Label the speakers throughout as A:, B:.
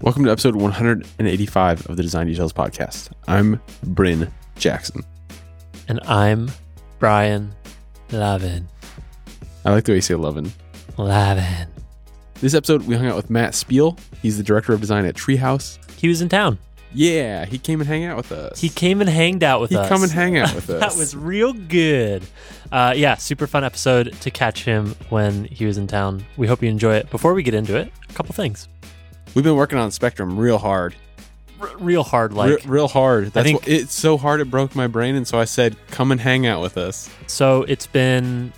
A: Welcome to episode 185 of the Design Details Podcast. I'm Bryn Jackson.
B: And I'm Brian Lavin.
A: I like the way you say 11.
B: Lavin.
A: This episode, we hung out with Matt Spiel. He's the director of design at Treehouse.
B: He was in town.
A: Yeah, he came and hang out with us.
B: He came and hanged out with
A: He
B: us.
A: come and hang out with us.
B: That was real good. Uh, yeah, super fun episode to catch him when he was in town. We hope you enjoy it. Before we get into it, a couple things.
A: We've been working on Spectrum real hard,
B: R- real hard,
A: Re-
B: like.
A: real hard. That's
B: think-
A: wh- it's so hard it broke my brain, and so I said, "Come and hang out with us."
B: so it's been.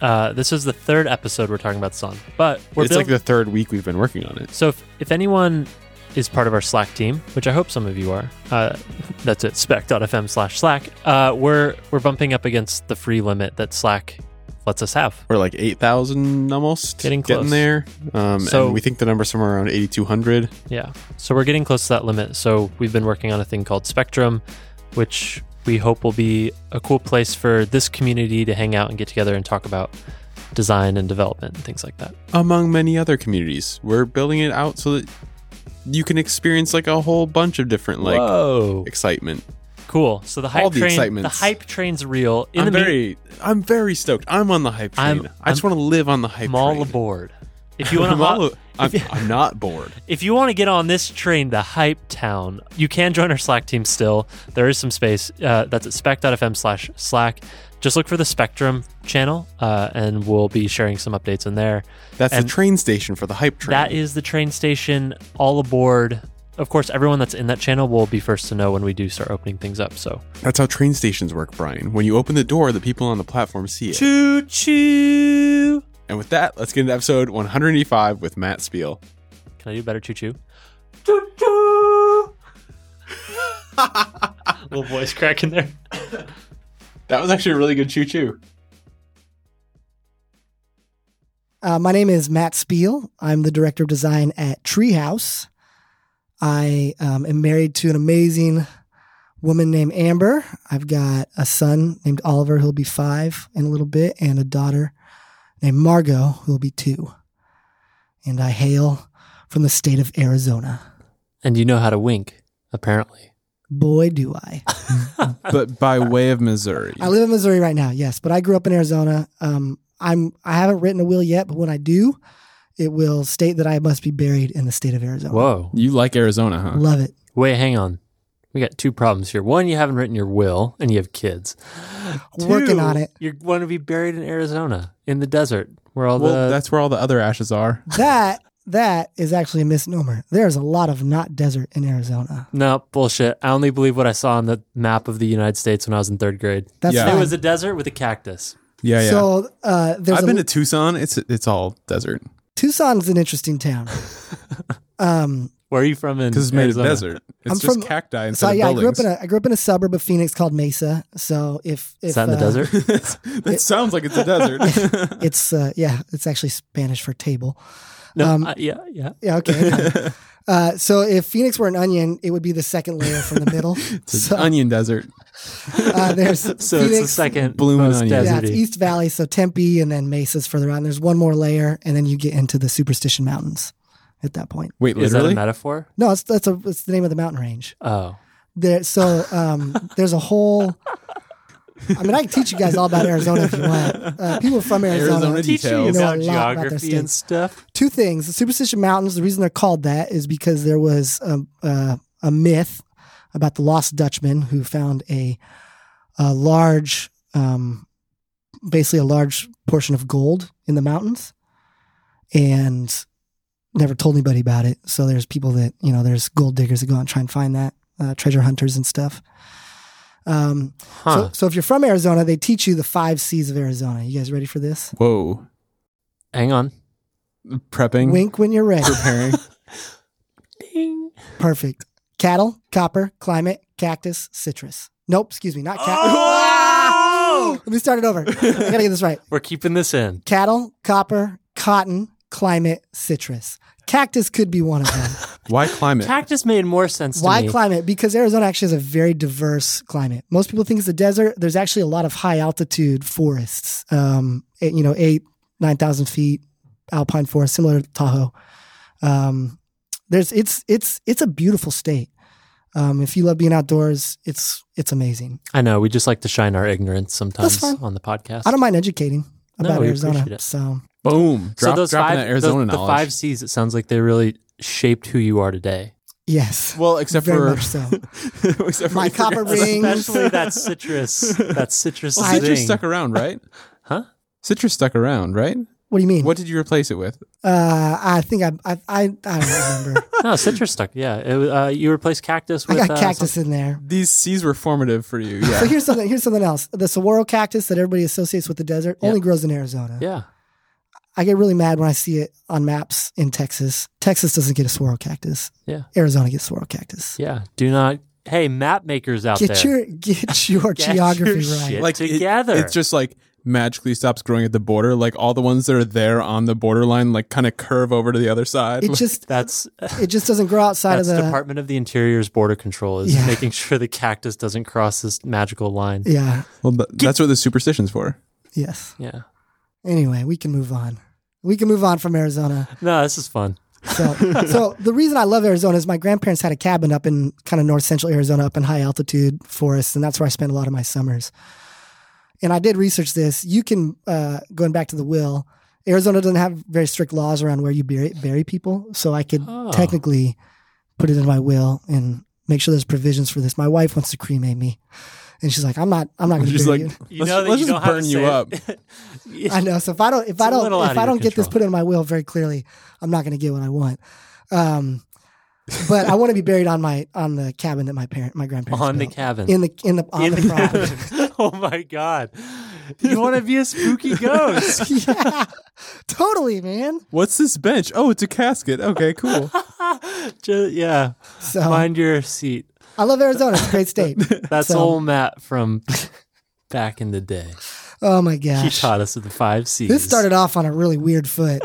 B: Uh, this is the third episode we're talking about this on, but we're
A: it's
B: build-
A: like the third week we've been working on it.
B: So if, if anyone is part of our Slack team, which I hope some of you are, uh, that's at spec.fm slash Slack, uh, we're, we're bumping up against the free limit that Slack lets us have.
A: We're like eight thousand almost,
B: Getting close.
A: there. Um,
B: So-
A: and we think the number's somewhere around eighty-two hundred.
B: Yeah. So we're getting close to that limit. So we've been working on a thing called Spectrum, which we hope will be a cool place for this community to hang out and get together and talk about design and development and things like that.
A: among many other communities. We're building it out so that you can experience like a whole bunch of different like
B: Whoa.
A: excitement.
B: Cool. So the hype
A: the
B: train the
A: excitements.
B: hype train's real. In
A: I'm
B: the mean-
A: very I'm very stoked. I'm on the hype train. i
B: I'm-
A: just want to live on the hype
B: I'm all
A: train.
B: aboard. If you want to
A: I'm, all-
B: hop,
A: I'm, I'm not bored.
B: if you want to get on this train to Hype Town, you can join our Slack team still. There is some space. Uh, that's at spec.fm slash Slack. Just look for the Spectrum channel, uh, and we'll be sharing some updates in there.
A: That's
B: And-
A: the train station for the hype train.
B: That is the train station, all aboard. Of course, everyone that's in that channel will be first to know when we do start opening things up. So,
A: That's how train stations work, Brian. When you open the door, the people on the platform see it.
B: choo choo.
A: And with that, let's get into episode 185 with Matt Spiel.
B: Can I do better choo choo? Little voice crack in there.
A: That was actually a really good choo choo.
C: Uh, my name is Matt Spiel. I'm the director of design at Treehouse. I um, am married to an amazing woman named Amber. I've got a son named Oliver who'll be five in a little bit, and a daughter named Margot who'll be two. And I hail from the state of Arizona.
B: And you know how to wink, apparently.
C: Boy, do I.
A: But by way of Missouri.
C: I live in Missouri right now, yes, but I grew up in Arizona. Um, I'm I haven't written a will yet, but when I do, it will state that I must be buried in the state of Arizona.
B: Whoa.
A: You like Arizona, huh?
C: Love it.
B: Wait, hang on. We got two problems here. One, you haven't written your will and you have kids.
C: Working on it.
B: You want to be buried in Arizona in the desert where all
A: Well,
B: the.
A: that's where all the other ashes are.
C: that that is actually a misnomer. There's a lot of not desert in Arizona.
B: No, bullshit. I only believe what I saw on the map of the United States when I was in third grade.
C: That's
A: Yeah.
B: It
C: fine.
B: was a desert with a cactus.
A: Yeah, yeah.
C: So uh, there's
A: I've
C: a,
A: been to Tucson. It's it's all desert
C: Tucson's an interesting town. um,
B: Where are you from in
A: because it's made
B: Arizona?
A: of desert. It's
C: I'm
A: just
C: from-
A: cacti instead
C: so yeah, I
A: of
C: grew up
A: buildings.
C: in a I grew up in a suburb of Phoenix called Mesa. So if, if
B: Is that in the
C: uh,
B: desert?
A: that sounds like it's a desert.
C: it's uh, yeah, it's actually Spanish for table.
B: No.
C: um,
B: uh, yeah, yeah.
C: Yeah, okay. uh, so if Phoenix were an onion, it would be the second layer from the middle.
A: It's
C: so
A: an onion desert.
C: uh, there's
B: So it's the
C: Phoenix,
B: second
A: blooming
B: most
A: onion.
C: Yeah, it's
B: deserty.
C: East Valley, so Tempe, and then Mesa's further on. There's one more layer, and then you get into the Superstition Mountains at that point.
A: Wait,
B: Is that a
A: literally?
B: metaphor?
C: No, it's, that's a it's the name of the mountain range.
B: Oh.
C: There, so um, there's a whole. I mean, I can teach you guys all about Arizona if you want. Uh, people from Arizona.
A: Arizona
B: Teach me
A: details.
B: about
C: You know a lot about their
B: geography and
C: states.
B: stuff.
C: Two things: the Superstition Mountains. The reason they're called that is because there was a, uh, a myth about the lost Dutchman who found a, a large, um, basically a large portion of gold in the mountains, and never told anybody about it. So there's people that you know, there's gold diggers that go out and try and find that, uh, treasure hunters and stuff. Um,
B: Huh.
C: so, so if you're from Arizona, they teach you the five C's of Arizona. You guys ready for this?
A: Whoa,
B: hang on.
A: prepping,
C: Wink when you're ready.
A: Mm-hmm. preparing.
B: Ding.
C: Perfect. Cattle, copper, climate, cactus, citrus. Nope, excuse me, not cactus.
B: Oh!
C: Let me start it over. I gotta get this right.
B: We're keeping this in.
C: Cattle, copper, cotton, climate, citrus. Cactus could be one of them.
A: Why climate?
B: Cactus made more sense
C: Why
B: to me.
C: climate? Because Arizona actually has a very diverse climate. Most people think it's a desert. There's actually a lot of high altitude forests. Um, eight, you know, eight, nine thousand feet alpine forest, similar to Tahoe. Um, There's it's it's it's a beautiful state. Um, if you love being outdoors, it's it's amazing.
B: I know. We just like to shine our ignorance sometimes
C: fine.
B: on the podcast.
C: I don't mind educating
B: No,
C: about
B: we appreciate
C: Arizona.
B: it.
C: So
A: Boom. Drop,
B: so those
A: dropping
B: five,
A: that Arizona
B: those, the
A: knowledge.
B: five C's. It sounds like they really shaped who you are today.
C: yes,
A: well, except
C: very
A: for,
C: much so.
A: except for
C: My
A: we forgot-
C: copper ring.
B: Especially that citrus. That citrus
A: Well,
B: thing.
A: citrus stuck around, right?
B: Huh?
A: Citrus stuck around, right?
C: What do you mean?
A: What did you replace it with?
C: Uh, I think I I I, I don't remember.
B: No, citrus stuck. Yeah, it, was- uh, you replaced cactus
C: I
B: with
C: got
B: uh,
C: cactus in there.
A: These C's were formative for you.
C: So
A: Yeah.
C: here's something. Here's something else. The saguaro cactus that everybody associates with the desert
B: Yeah.
C: only grows in Arizona.
B: some- Yeah,
C: I get really mad when I see it on maps in Texas. Texas doesn't get a saguaro cactus.
B: Yeah.
C: Arizona gets saguaro cactus.
B: yeah. Do not. Hey, map makers out
C: Get
B: there.
C: your get your
B: Get
C: geography
B: your
C: right.
B: shit
A: like it-
B: together.
A: it's just like magically stops growing at the border. Like all the ones that are there on the borderline, like kind of curve over to the other side.
C: It just
B: that's
C: it just doesn't grow outside
B: that's
C: of the
B: Department of the Interior's border control is
C: Yeah.
B: making sure the cactus doesn't cross this magical line.
C: Yeah.
A: well, th- that's what the superstition's for.
C: Yes.
B: Yeah.
C: Anyway, we can move on. We can move on from Arizona.
B: No, this is fun.
C: So, so the reason I love Arizona is my grandparents had a cabin up in kind of north central Arizona, up in high altitude forests, and that's where I spent a lot of my summers. And I did research this. You can uh, going back to the will. Arizona doesn't have very strict laws around where you bury, bury people, so I could
B: Oh.
C: technically put it in my will and make sure there's provisions for this. My wife wants to cremate me, and she's like, "I'm not, I'm not going to
A: She's
C: bury
A: like,
C: you."
B: You
A: Let's-
B: know that
A: let's
B: you
A: just
B: don't have
A: burn
B: to
A: you
B: say
A: up.
B: it.
C: I know. So if I don't, if I
B: a
C: don't,
B: little out
C: if
B: of
C: I
B: your
C: don't get this
B: control.
C: put in my will very clearly, I'm not going to get what I want. Um, but I want to be buried on my on the cabin that my parent, my grandparents
B: on the
C: built.
B: cabin.
C: in the in the on
B: In
C: the,
B: the
C: property.
B: cabin. oh my god! You want to be a spooky ghost?
C: yeah, totally, man.
A: What's this bench? Oh, it's a casket. Okay, cool.
B: Ju- yeah.
C: So
B: Mind your seat.
C: I love Arizona. It's a great state.
B: That's
C: So-
B: old Matt from back in the day.
C: Oh my
B: He
C: gosh,
B: taught us the five C's.
C: this started off on a really weird foot.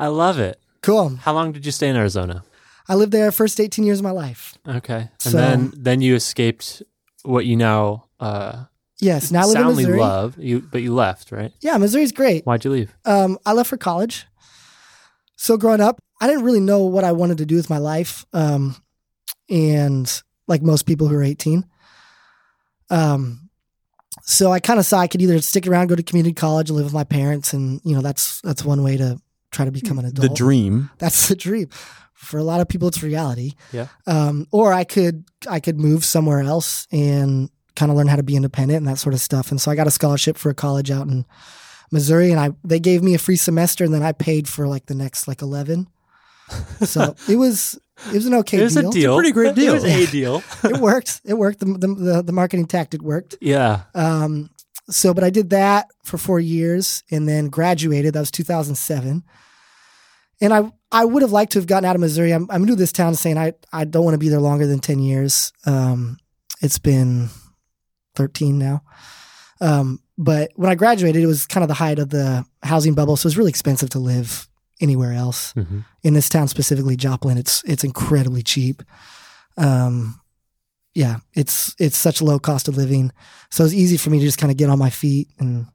B: I love it.
C: Cool.
B: How long did you stay in Arizona?
C: I lived there first 18 years of my life.
B: Okay, and
C: So-
B: then then you escaped what you now uh,
C: Yes, now I live in
B: soundly
C: Missouri.
B: love. You but you left, right?
C: Yeah, Missouri's great.
B: Why'd you leave?
C: um, I left for college. So growing up, I didn't really know what I wanted to do with my life, um, and like most people who are eighteen, um, so I kind of saw I could either stick around, go to community college, and live with my parents, and you know that's that's one way to try to become an
A: the
C: adult.
A: dream.
C: That's the dream. For a lot of people, it's reality.
B: Yeah.
C: Um, or I could I could move somewhere else and kind of learn how to be independent and that sort of stuff. And so I got a scholarship for a college out in Missouri, and I they gave me a free semester, and then I paid for like the next like eleven. So it was it was an okay
B: it was
C: deal.
B: a deal.
A: pretty great deal.
B: It was a deal.
C: It worked. It worked. The, the the the marketing tactic worked.
B: yeah.
C: Um, so, but I did that for four years and then graduated. That was 2007. And I, I would have liked to have gotten out of Missouri. I'm, I'm new to this town saying I, I don't want to be there longer than 10 years. Um, it's been 13 now. Um, but when I graduated, it was kind of the height of the housing bubble. So it was really expensive to live anywhere else
B: hmm
C: in this town specifically Joplin it's it's incredibly cheap um yeah it's it's such low cost of living so it's easy for me to just kind of get on my feet and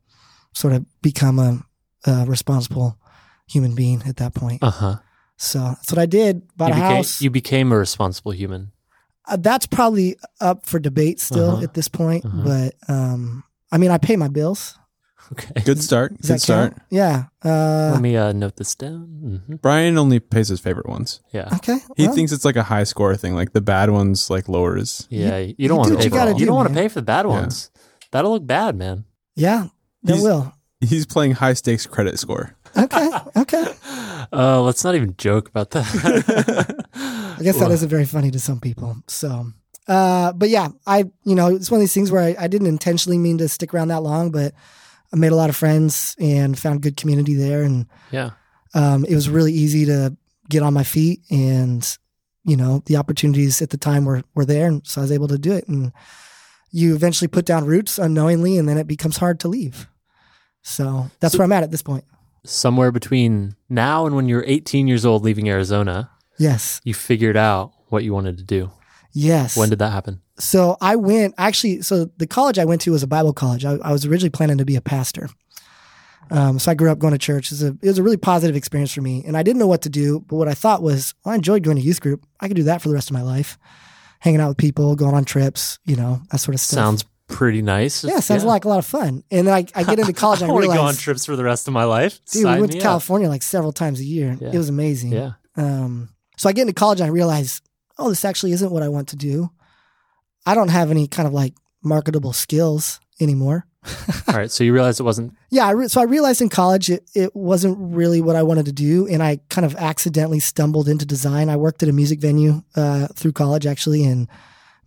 C: sort of become a, a responsible human being at that point
B: Uh huh.
C: so that's what I did bought
B: you
C: a
B: became,
C: house
B: You became a responsible human.
C: uh, that's probably up for debate still
B: Uh-huh.
C: at this point
B: Uh-huh.
C: but um I mean I pay my bills
B: Okay.
A: Good start.
C: Does
A: Good
C: that
A: start.
C: count? yeah uh
B: Let me uh, note this down. hmm
A: Brian only pays his favorite ones.
B: Yeah.
C: okay
A: He
C: well,
A: thinks it's like a high score thing. Like the bad ones, like lowers.
B: Yeah. You,
C: do
B: don't want
C: what
B: to
A: you
B: pay.
A: gotta
B: for all-
A: do,
B: You don't want to
C: man.
B: pay for the bad
A: Yeah.
B: ones. That'll look bad, man.
C: yeah that
A: He's-
C: will
A: He's playing high stakes credit score.
C: okay okay
B: Uh, let's not even joke about that.
C: I guess that isn't very funny to some people. So, uh, but yeah, I, you know, it's one of these things where I, I didn't intentionally mean to stick around that long, but I made a lot of friends and found good community there. And
B: Yeah.
C: um, it was really easy to get on my feet and, you know, the opportunities at the time were, were there. And so I was able to do it. And you eventually put down roots unknowingly, and then it becomes hard to leave. So that's where I'm at at this point.
B: Somewhere between now and when you're 18 years old leaving Arizona,
C: Yes.
B: you figured out what you wanted to do.
C: Yes.
B: When did that happen?
C: so I went actually. So the college I went to was a Bible college. I, I was originally planning to be a pastor, Um, so I grew up going to church. It was, a, it was a really positive experience for me. And I didn't know what to do, but what I thought was, well, I enjoyed going to youth group. I could do that for the rest of my life, hanging out with people, going on trips, you know, that sort of stuff.
B: Sounds pretty nice.
C: yeah, sounds like a lot of fun. And then I, I get into college
B: I
C: and I
B: want to
C: realize,
B: go on trips for the rest of my life.
C: dude,
B: Sign
C: we went to
B: me up.
C: California like several times a year.
B: Yeah.
C: It was amazing.
B: Yeah.
C: Um, so I get into college and I realize, oh, this actually isn't what I want to do. I don't have any kind of like marketable skills anymore.
B: All right. So you realized it wasn't.
C: Yeah, I re- so I realized in college it, it wasn't really what I wanted to do, and I kind of accidentally stumbled into design. I worked at a music venue uh, through college, actually, and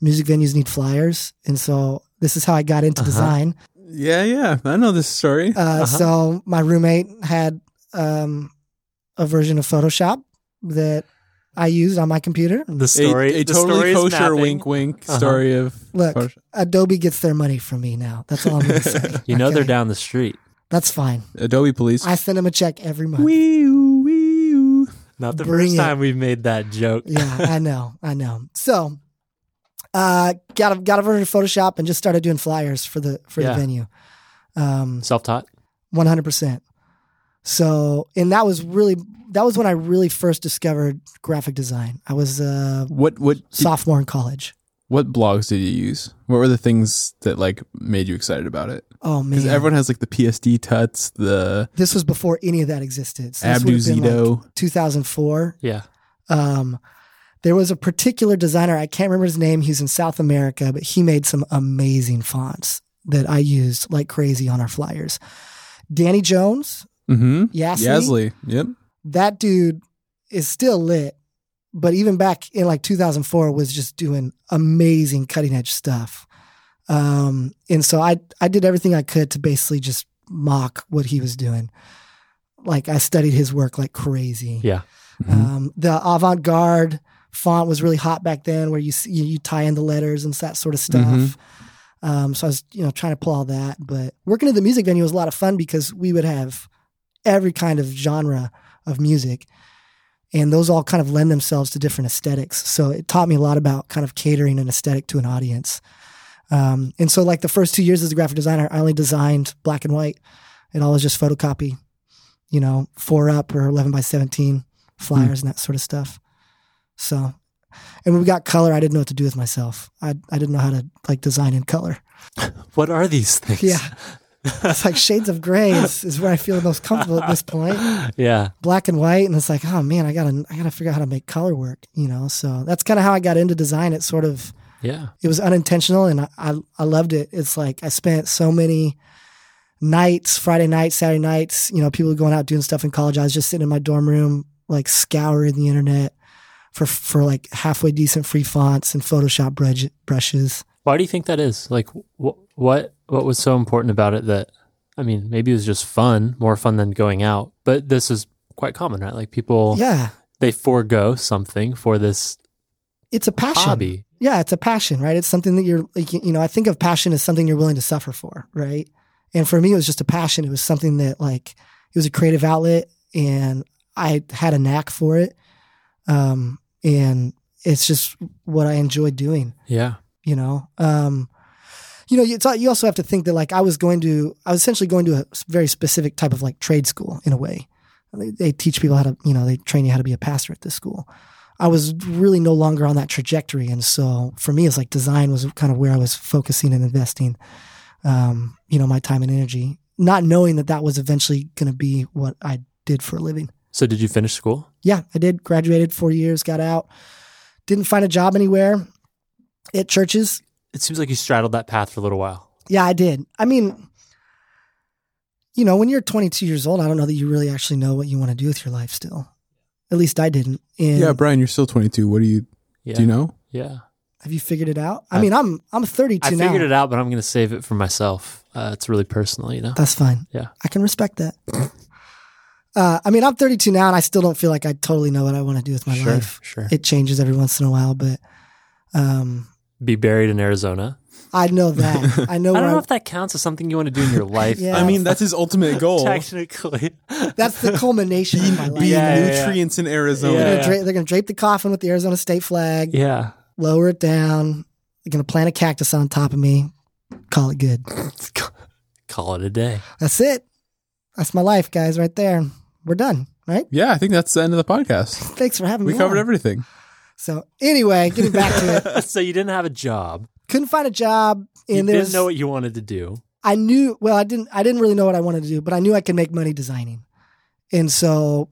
C: music venues need flyers, and so this is how I got into
B: Uh-huh.
C: design.
A: Yeah, yeah. I know this story.
C: Uh,
B: Uh-huh.
C: So my roommate had um, a version of Photoshop that I used on my computer.
B: The
A: A-
B: story.
A: a,
B: the
A: totally
B: story is
A: kosher
B: mapping.
A: wink wink
B: Uh-huh.
A: story of
C: Look,
A: Photoshop.
C: Adobe gets their money from me now. That's all I'm going to say.
B: You know
C: Okay?
B: they're down the street,
C: That's fine.
A: Adobe Police.
C: I send them a check every month.
A: Wee-oo, wee-oo.
B: not the
C: Bring
B: first
C: it.
B: time we've made that joke.
C: yeah, I know, I know. So, uh, got a, got a version of Photoshop and just started doing flyers for the for
B: Yeah.
C: the venue. Um,
B: Self-taught.
C: one hundred percent. So, and that was really that was when I really first discovered graphic design. I was a
A: What what
C: sophomore in college.
A: what blogs did you use? What were the things that like made you excited about it?
C: Oh man,
A: Because everyone has like the PSD tuts, the
C: this was before any of that existed. So this would have been like
A: Abduzito.
C: 2004.
B: Yeah.
C: Um, there was a particular designer, I can't remember his name, he's in South America, but he made some amazing fonts that I used like crazy on our flyers. Danny Jones,
A: mm-hmm.
C: Yasli,
A: Yasli. Yep.
C: that dude is still lit, but even back in like 2004 was just doing amazing cutting edge stuff. Um, and so I, I did everything I could to basically just mock what he was doing. Like I studied his work like crazy.
B: Yeah.
A: Mhm.
C: Um, the avant-garde font was really hot back then, where you s- you, you tie in the letters and that sort of stuff.
A: Mhm.
C: Um, so I was you know trying to pull all that, but working at the music venue was a lot of fun because we would have every kind of genre of music, and those all kind of lend themselves to different aesthetics. So it taught me a lot about kind of catering an aesthetic to an audience. Um, and so like the first two years as a graphic designer, I only designed black and white. It all was just photocopy, you know, four up or 11 by 17 flyers and that sort of stuff. So, and when we got color, I didn't know what to do with myself. I, I didn't know how to like design in color.
B: What are these things?
C: Yeah. It's like shades of gray is, is where I feel the most comfortable at this point.
B: yeah.
C: Black and white. And it's like, oh man, I gotta, I gotta figure out how to make color work, you know? So that's kind of how I got into design. It sort of,
B: Yeah.
C: it was unintentional and I, I, I loved it. It's like I spent so many nights, Friday nights, Saturday nights, you know, people were going out doing stuff in college. I was just sitting in my dorm room, like scouring the internet for, for like halfway decent free fonts and Photoshop brush, brushes.
B: Why do you think that is? Like, wh- what what was so important about it that, I mean, maybe it was just fun, more fun than going out. But this is quite common, right? Like people
C: Yeah.
B: they forego something for this
C: It's a passion.
B: hobby.
C: Yeah. It's a passion, right? It's something that you're like, you know, I think of passion as something you're willing to suffer for, right? And for me, it was just a passion. It was something that like, it was a creative outlet and I had a knack for it. Um, and it's just what I enjoy doing,
B: Yeah.
C: you know? Um, you know, it's, you also have to think that like I was going to, I was essentially going to a very specific type of like trade school in a way. They, they teach people how to, you know, they train you how to be a pastor at this school. I was really no longer on that trajectory. And so for me, it's like design was kind of where I was focusing and investing, um, you know, my time and energy, not knowing that that was eventually going to be what I did for a living.
B: So did you finish school?
C: Yeah, I did. Graduated four years, got out, didn't find a job anywhere at churches.
B: It seems like you straddled that path for a little while.
C: Yeah, I did. I mean, you know, when you're 22 years old, I don't know that you really actually know what you want to do with your life still. At least I didn't. And
A: Yeah, Brian, you're still 22. What do you
B: Yeah.
A: do? You know?
B: Yeah.
C: have you figured it out? I,
B: I-
C: mean, I'm I'm 32
B: I
C: now.
B: figured it out, but I'm going to save it for myself. Uh, it's really personal, you know.
C: That's fine.
B: Yeah.
C: I can respect that. uh, I mean, I'm 32 now and I still don't feel like I totally know what I want to do with my
B: sure.
C: life.
B: Sure.
C: It changes every once in a while, but um,
B: Be buried in Arizona.
C: I know that. I know
B: I
C: where
B: don't
C: I,
B: know if that counts as something you want to do in your life.
C: Yeah.
A: I mean, that's his ultimate goal.
B: Technically.
C: that's the culmination of my life.
A: Be
B: Yeah, yeah, yeah.
A: nutrients in Arizona.
C: They're, gonna
B: Yeah.
C: dra- they're gonna drape the coffin with the Arizona state flag,
B: yeah.
C: lower it down. They're gonna plant a cactus on top of me. Call it good.
B: Call it a day.
C: That's it. That's my life, guys, right there. We're done, right?
A: Yeah, I think that's the end of the podcast.
C: Thanks for having
A: We
C: me.
A: covered
C: on.
A: everything.
C: So anyway, getting back to it.
B: so you didn't have a job.
C: Couldn't find a job and
B: you
C: there's
B: didn't know what you wanted to do.
C: I knew well I didn't I didn't really know what I wanted to do, but I knew I could make money designing. And so,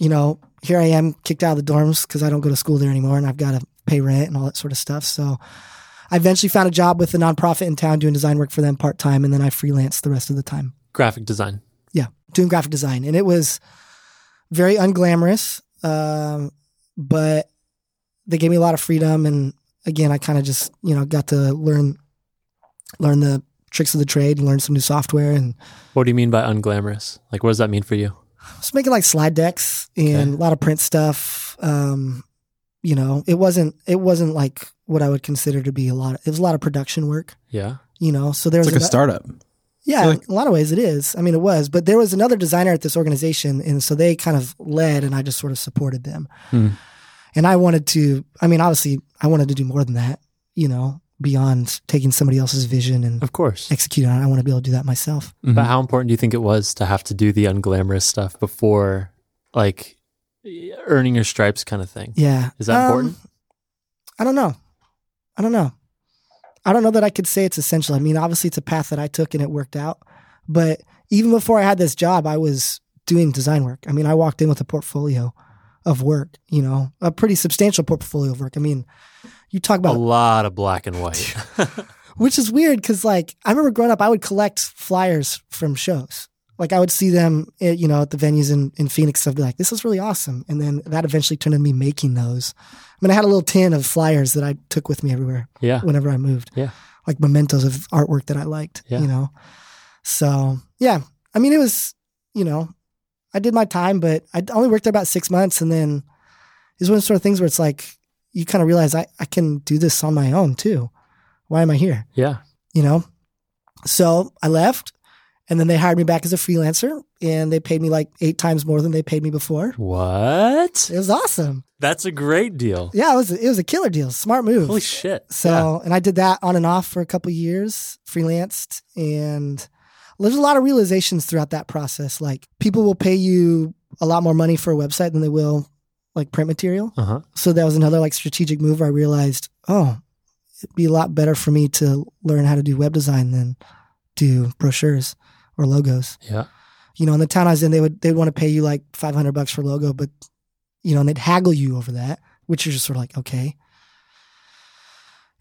C: you know, here I am kicked out of the dorms because I don't go to school there anymore and I've got to pay rent and all that sort of stuff. So I eventually found a job with a nonprofit in town doing design work for them part time and then I freelanced the rest of the time.
B: Graphic design.
C: Yeah, doing graphic design. And it was very unglamorous, um, but they gave me a lot of freedom. And again, I kind of just, you know, got to learn learn the tricks of the trade and learn some new software and
B: What do you mean by unglamorous? Like, what does that mean for you?
C: just making like slide decks and a lot of print stuff. Um, you know, it wasn't it wasn't like what I would consider to be a lot. Of, it was a lot of production work.
B: Yeah.
C: You know, so there
A: It's
C: was
A: like a
C: an-
A: startup.
C: Yeah,
A: So,
C: in a lot of ways it is. I mean, it was, but there was another designer at this organization, and so they kind of led, and I just sort of supported them.
A: Hmm.
C: And I wanted to. I mean, obviously, I wanted to do more than that. You know, beyond taking somebody else's vision and
B: Of course.
C: executing on it, I want to be able to do that myself.
B: But how important do you think it was to have to do the unglamorous stuff before, like, earning your stripes kind of thing?
C: Yeah, Um,
B: Is that important?
C: I don't know. I don't know. I don't know that I could say it's essential. I mean, obviously, it's a path that I took and it worked out. But even before I had this job, I was doing design work. I mean, I walked in with a portfolio of work, you know, a pretty substantial portfolio of work. I mean, you talk
B: A
C: about,
B: lot of black and white.
C: which is weird because, like, I remember growing up, I would collect flyers from shows. Like, I would see them, eh, you know, at the venues in, in Phoenix. I'd be like, this is really awesome. And then that eventually turned into me making those. I mean, I had a little tin of flyers that I took with me everywhere
B: yeah.
C: whenever I moved.
B: Yeah.
C: Like mementos of artwork that I liked,
B: Yeah.
C: you know? So, yeah. I mean, it was, you know, I did my time, but I only worked there about six months. And then it's one of those sort of things where it's like, you kind of realize I, I can do this on my own too. Why am I here?
B: Yeah.
C: You know? So I left and then they hired me back as a freelancer and they paid me like eight times more than they paid me before.
B: What?
C: It was awesome.
B: That's a great deal.
C: Yeah. It was, it was a killer deal. Smart move.
B: Holy shit.
C: So, and I did that on and off for a couple of years, freelanced, and there's a lot of realizations throughout that process. Like people will pay you a lot more money for a website than they will like print material.
B: Uh huh.
C: So that was another like strategic move. Where I realized, oh, it'd be a lot better for me to learn how to do web design than do brochures or logos.
B: Yeah.
C: You know, in the town I was in, they would they'd want to pay you like 500 bucks for logo, but you know, and they'd haggle you over that, which you're just sort of like, okay.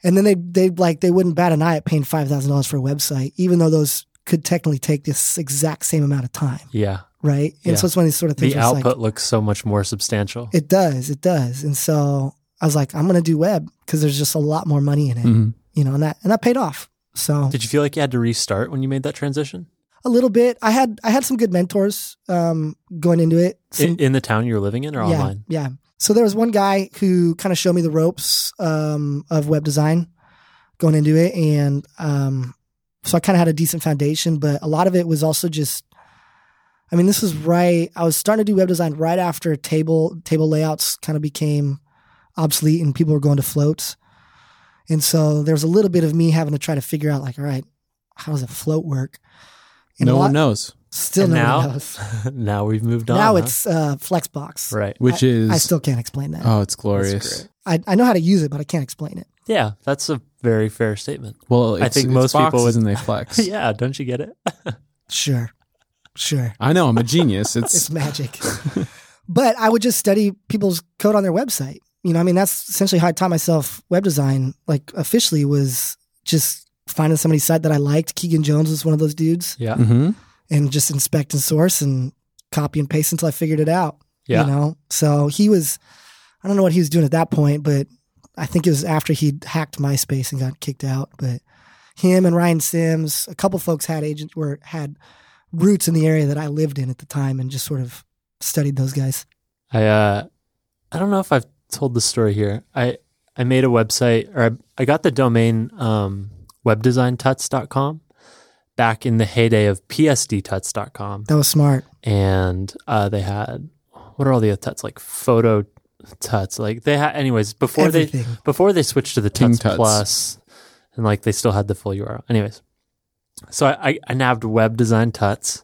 C: And then they they like they wouldn't bat an eye at paying five thousand dollars for a website, even though those could technically take this exact same amount of time,
B: Yeah.
C: right? And
B: Yeah.
C: so it's one of these sort of things.
B: The
C: where it's like-
B: output looks so much more substantial.
C: it does, it does. And so I was like, I'm gonna do web because there's just a lot more money in it,
A: Mhm.
C: you know, and that and that paid off. So
B: Mm-hmm. Did you feel like you had to restart when you made that transition
C: a little bit. I had I had some good mentors um, going into it. Some,
B: in, in the town you were living in or
C: yeah,
B: online?
C: Yeah. So there was one guy who kind of showed me the ropes um, of web design going into it, and um, so I kind of had a decent foundation. But a lot of it was also just, I mean, this was right. I was starting to do web design right after table table layouts kind of became obsolete, and people were going to floats, and so there was a little bit of me having to try to figure out, like, all right, how does a float work? And
A: No
C: a lot-
A: one knows,
C: Still,
B: And
C: no
B: now,
C: one knows.
B: now we've moved on.
C: now
B: huh?
C: it's uh, Flexbox.
B: right.
A: which is
C: I still can't explain that.
A: oh, it's
B: That's
A: glorious.
B: great.
C: I, I know how to use it, but I can't explain it.
B: Yeah, that's a very fair statement.
A: Well, it's, I think most people
B: would-
A: and they flex.
B: yeah, don't you get it?
C: Sure. Sure.
A: I know I'm a genius. It's
C: It's magic. but I would just study people's code on their website. You know, I mean, that's essentially how I taught myself web design, like officially, was just finding somebody's site that I liked. Keegan Jones was one of those dudes,
B: Yeah.
A: hmm
C: and just inspect and source and copy and paste until I figured it out.
B: Yeah.
C: You know, so he was, I don't know what he was doing at that point, but I think it was after he hacked MySpace and got kicked out. But him and Ryan Sims, a couple folks had agents were had roots in the area that I lived in at the time, and just sort of studied those guys.
B: I uh, I don't know if I've told the story here. I I made a website or I, I got the domain um, webdesigntuts.com back in the heyday of psdtuts.com
C: That was smart.
B: and uh, they had what are all the other tuts like photo tuts like they had anyways before
C: Everything.
B: they before they switched to the
A: Ting
B: tuts,
A: Tuts.
B: Plus, and like they still had the full URL anyways so I, I, I nabbed web design tuts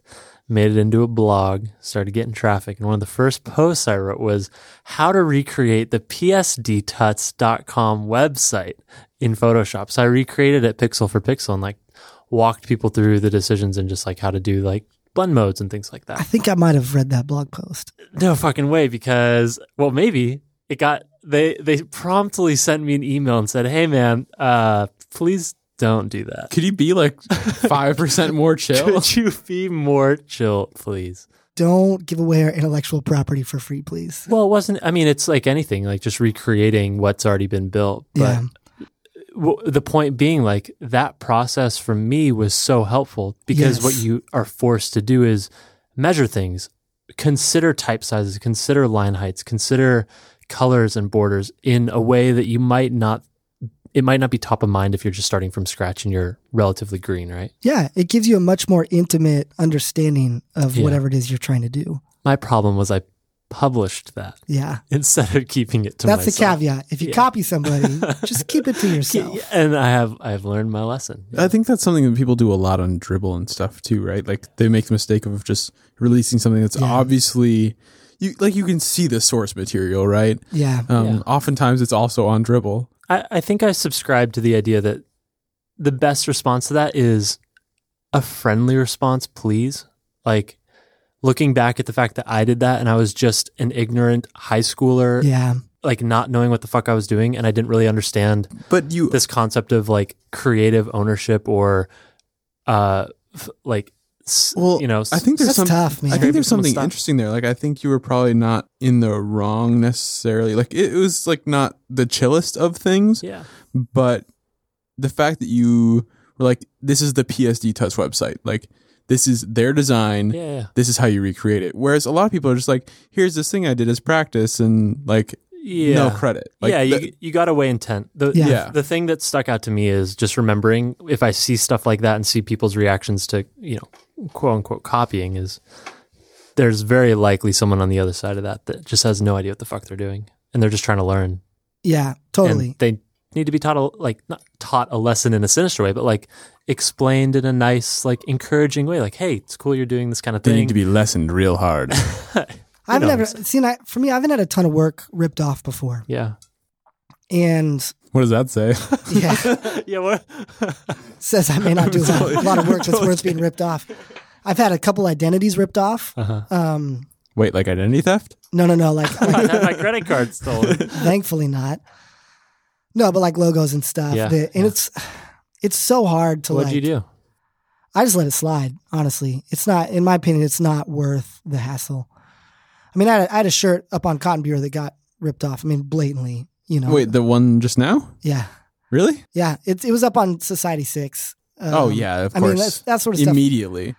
B: made it into a blog, started getting traffic. And one of the first posts I wrote was how to recreate the psdtuts.com website in Photoshop. So I recreated it pixel for pixel and like walked people through the decisions and just like how to do like blend modes and things like
C: I
B: that.
C: think I might have read that blog post.
B: No fucking way because well maybe it got they they promptly sent me an email and said, "Hey man, uh please don't do that."
A: Could you be like five percent more chill?
B: Could you be more chill, please?
C: Don't give away our intellectual property for free, please.
B: Well, it wasn't. I mean, it's like anything, like just recreating what's already been built. But
C: yeah.
B: w- the point being, like that process for me was so helpful because
C: Yes.
B: what you are forced to do is measure things, consider type sizes, consider line heights, consider colors and borders in a way that you might not. It might not be top of mind if you're just starting from scratch and you're relatively green, right?
C: Yeah. It gives you a much more intimate understanding of
B: Yeah.
C: whatever it is you're trying to do.
B: My problem was I published that
C: Yeah.
B: instead of keeping it to
C: That's the
B: myself.
C: caveat. If you
B: Yeah.
C: copy somebody, just keep it to yourself. Oh,
B: Yeah, and I have I have learned my lesson.
A: I think that's something that people do a lot on dribble and stuff too, right? Like they make the mistake of just releasing something that's
C: Yeah.
A: obviously you like you can see the source material, right?
C: Yeah.
A: Um,
B: Yeah.
A: Oftentimes it's also on dribble.
B: I, I think I subscribe to the idea that the best response to that is a friendly response, please. Like looking back at the fact that I did that and I was just an ignorant high schooler,
C: Yeah.
B: like not knowing what the fuck I was doing, and I didn't really understand
A: But you
B: this concept of like creative ownership or uh f- like s-
A: well,
B: you know
A: I think there's
C: That's
A: some.
C: tough, man.
A: I think there's
B: Scraping someone's
A: something
B: stuff.
A: interesting there. Like I think you were probably not in the wrong necessarily. Like it, it was like not the chillest of things,
B: yeah
A: but the fact that you were like, this is the PSD Touch website. Like this is their design.
B: yeah yeah
A: This is how you recreate it. Whereas a lot of people are just like, here's this thing I did as practice and like
B: yeah
A: no credit. Like,
B: yeah, you,
A: that-
B: you got away intent. The,
C: Yeah.
A: Yeah.
B: the thing that stuck out to me is just remembering if I see stuff like that and see people's reactions to, you know, quote unquote copying is there's very likely someone on the other side of that that just has no idea what the fuck they're doing and they're just trying to learn.
C: Yeah. Totally.
B: And they need to be taught a, like not taught a lesson in a sinister way, but like explained in a nice, like encouraging way. Like, hey, it's cool you're doing this kind of
A: they
B: thing.
A: need to be lessened real hard.
C: I have
B: know,
C: never
B: it's-
C: seen. I for me, I haven't had a ton of work ripped off before,
B: yeah.
C: and
A: what does that say?
C: yeah,
B: yeah. What?
C: says I may not do a lot, a lot of work that's worth being ripped off. I've had a couple identities ripped off.
B: Uh-huh.
C: Um,
A: Wait, like identity theft?
C: no, no, no. Like,
B: I
C: like,
B: had my credit card stolen.
C: thankfully not. No, but like logos and stuff.
B: Yeah,
C: that- and
B: yeah.
C: it's it's so hard to
B: What'd
C: like.
B: you do?
C: I just let it slide. Honestly, it's not. In my opinion, it's not worth the hassle. I mean, I had, I had a shirt up on Cotton Bureau that got ripped off. I mean, blatantly. You know.
A: Wait, the one just now?
C: Yeah.
A: Really?
C: Yeah, it it was up on Society Six.
A: oh
C: Um,
A: yeah, of
C: I mean that's
A: course.
C: that sort of stuff.
A: Immediately.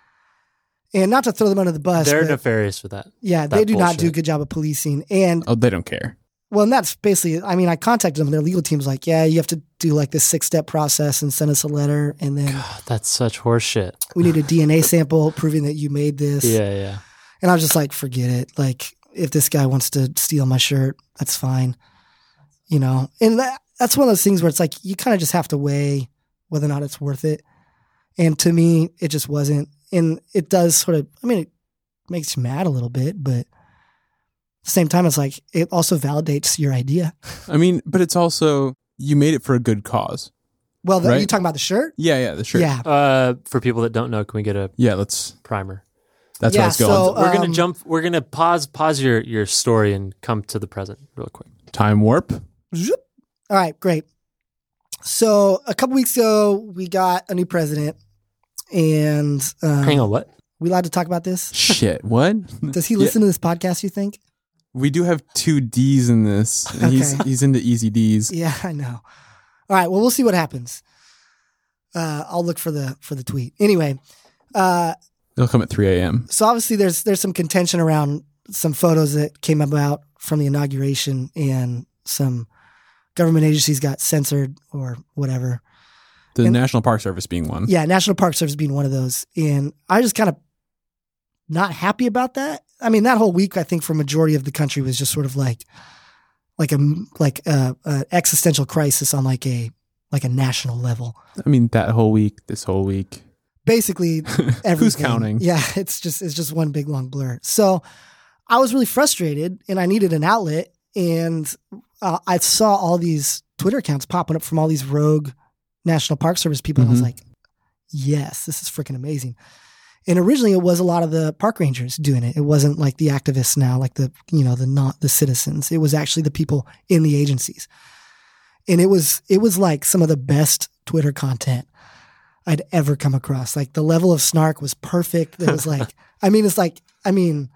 C: And not to throw them under the bus,
B: They're
C: but,
B: nefarious for that.
C: yeah,
B: that
C: they do not do a
B: bullshit.
C: good job of policing. And
A: Oh, they don't care.
C: well, and that's basically. I mean, I contacted them. and Their legal team's like, yeah, you have to do like this six step process and send us a letter, and then
B: God, that's such horseshit.
C: we need a DNA sample proving that you made this.
B: Yeah, yeah.
C: And I was just like, forget it. Like, if this guy wants to steal my shirt, that's fine. You know, and that, that's one of those things where it's like, you kind of just have to weigh whether or not it's worth it. And to me, it just wasn't. And it does sort of, I mean, it makes you mad a little bit, but at the same time, it's like, it also validates your idea.
A: I mean, but it's also you made it for a good cause.
C: Well, the,
A: Right.
C: you talking about the shirt?
A: Yeah, yeah, the shirt.
C: Yeah.
B: Uh, for people that don't know, can we get a
A: yeah. Let's.
B: primer?
A: That's
C: Yeah,
A: where it's going.
C: so-
B: We're gonna
C: Um,
B: jump. We're gonna pause. Pause your your story and come to the present real quick.
A: Time warp.
C: Zoop. All right, great. So a couple weeks ago, we got a new president, and um,
B: Hang on, what?
C: we allowed to talk about this?
A: Shit. What?
C: Does he
A: Yeah.
C: listen to this podcast? You think?
A: We do have two D's in this. And He's
C: Okay.
A: he's into easy D's.
C: Yeah, I know. All right. Well, we'll see what happens. Uh, I'll look for the for the tweet. Anyway, uh,
A: It'll come at 3 a.m.
C: so obviously there's there's some contention around some photos that came about from the inauguration, and some government agencies got censored or whatever.
A: The
C: And-
A: National Park Service being one.
C: Yeah, National Park Service being one of those. And I just kind of not happy about that. I mean, that whole week, I think for majority of the country was just sort of like, like a like a, a existential crisis on like a like a national level.
A: I mean, that whole week, this whole week.
C: basically everything.
D: Who's counting?
C: Yeah, it's just it's just one big long blur. So I was really frustrated, and I needed an outlet, and uh, I saw all these Twitter accounts popping up from all these rogue National Park Service people, and I was
D: Mhm.
C: like, yes, this is freaking amazing. And originally, it was a lot of the park rangers doing it. It wasn't like the activists now, like the you know the not the citizens. It was actually the people in the agencies, and it was it was like some of the best Twitter content I'd ever come across. Like the level of snark was perfect. It was like, I mean, it's like, I mean,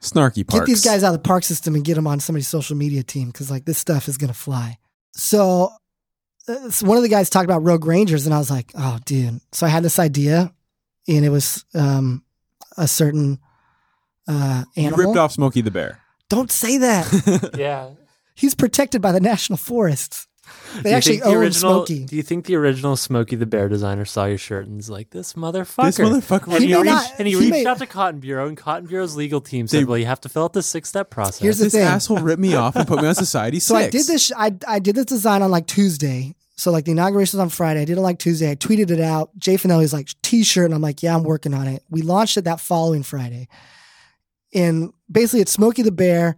A: Snarky parks.
C: get these guys out of the park system and get them on somebody's social media team because like this stuff is gonna fly. So, uh, so one of the guys talked about Rogue Rangers, and I was like, oh dude. So I had this idea, and it was um, a certain uh,
D: You
C: animal.
D: ripped off Smokey the Bear.
C: Don't say that.
B: Yeah.
C: He's protected by the national forests. They actually own Smokey.
B: Do you think the original Smokey the Bear designer saw your shirt and was like, "This motherfucker"?
A: This motherfucker.
B: and
C: He
B: he,
C: may
B: reached,
C: not-
B: and he,
C: he
B: reached
C: may-
B: out to Cotton Bureau, and Cotton Bureau's legal team
A: They-
B: said, "Well, you have to fill out the six-step process."
C: Here's the
A: this
C: thing.
A: asshole ripped me off and put me on Society
C: So
A: Six.
C: I did this. sh- I I did this design on like Tuesday. So like the inauguration was on Friday. I did it like Tuesday. I tweeted it out. Jay Finelli's like T-shirt, and I'm like, yeah, I'm working on it. We launched it that following Friday, and basically it's Smokey the Bear.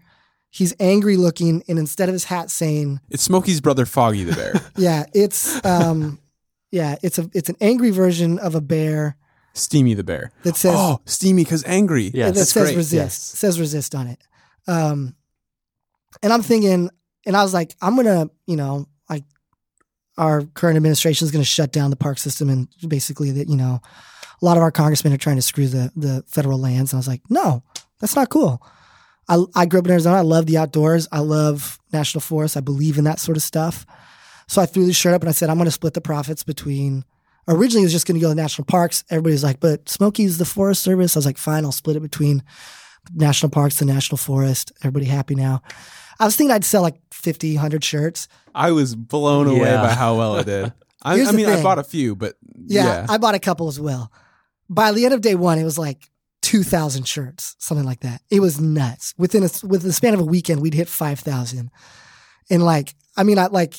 C: He's angry looking, and instead of his hat saying,
A: It's Smokey's brother Foggy the Bear.
C: yeah, it's um, yeah, it's a it's an angry version of a bear
A: Steamy the Bear.
C: that says
A: oh, steamy because angry.
B: Yeah.
C: that
B: that's
C: says
A: great.
C: resist
B: Yes.
C: says resist on it um and i'm thinking and i was like i'm gonna you know like our current administration is gonna shut down the park system and basically that you know a lot of our congressmen are trying to screw the the federal lands and i was like no that's not cool i i grew up in arizona i love the outdoors i love national forests i believe in that sort of stuff so i threw this shirt up and i said i'm gonna split the profits between originally it was just going to go to national parks. Everybody was like, but Smokey's the Forest Service. I was like, fine, I'll split it between national parks and national forest. Everybody happy now. I was thinking I'd sell like 50, 100 shirts.
A: I was blown away
B: Yeah.
A: by how well it did. I,
C: Here's
A: I
C: the
A: mean,
C: thing.
A: I bought a few, but
C: Yeah,
A: yeah.
C: I bought a couple as well. By the end of day one, it was like 2,000 shirts, something like that. It was nuts. Within a, within the span of a weekend, we'd hit 5,000. And like, I mean, I like,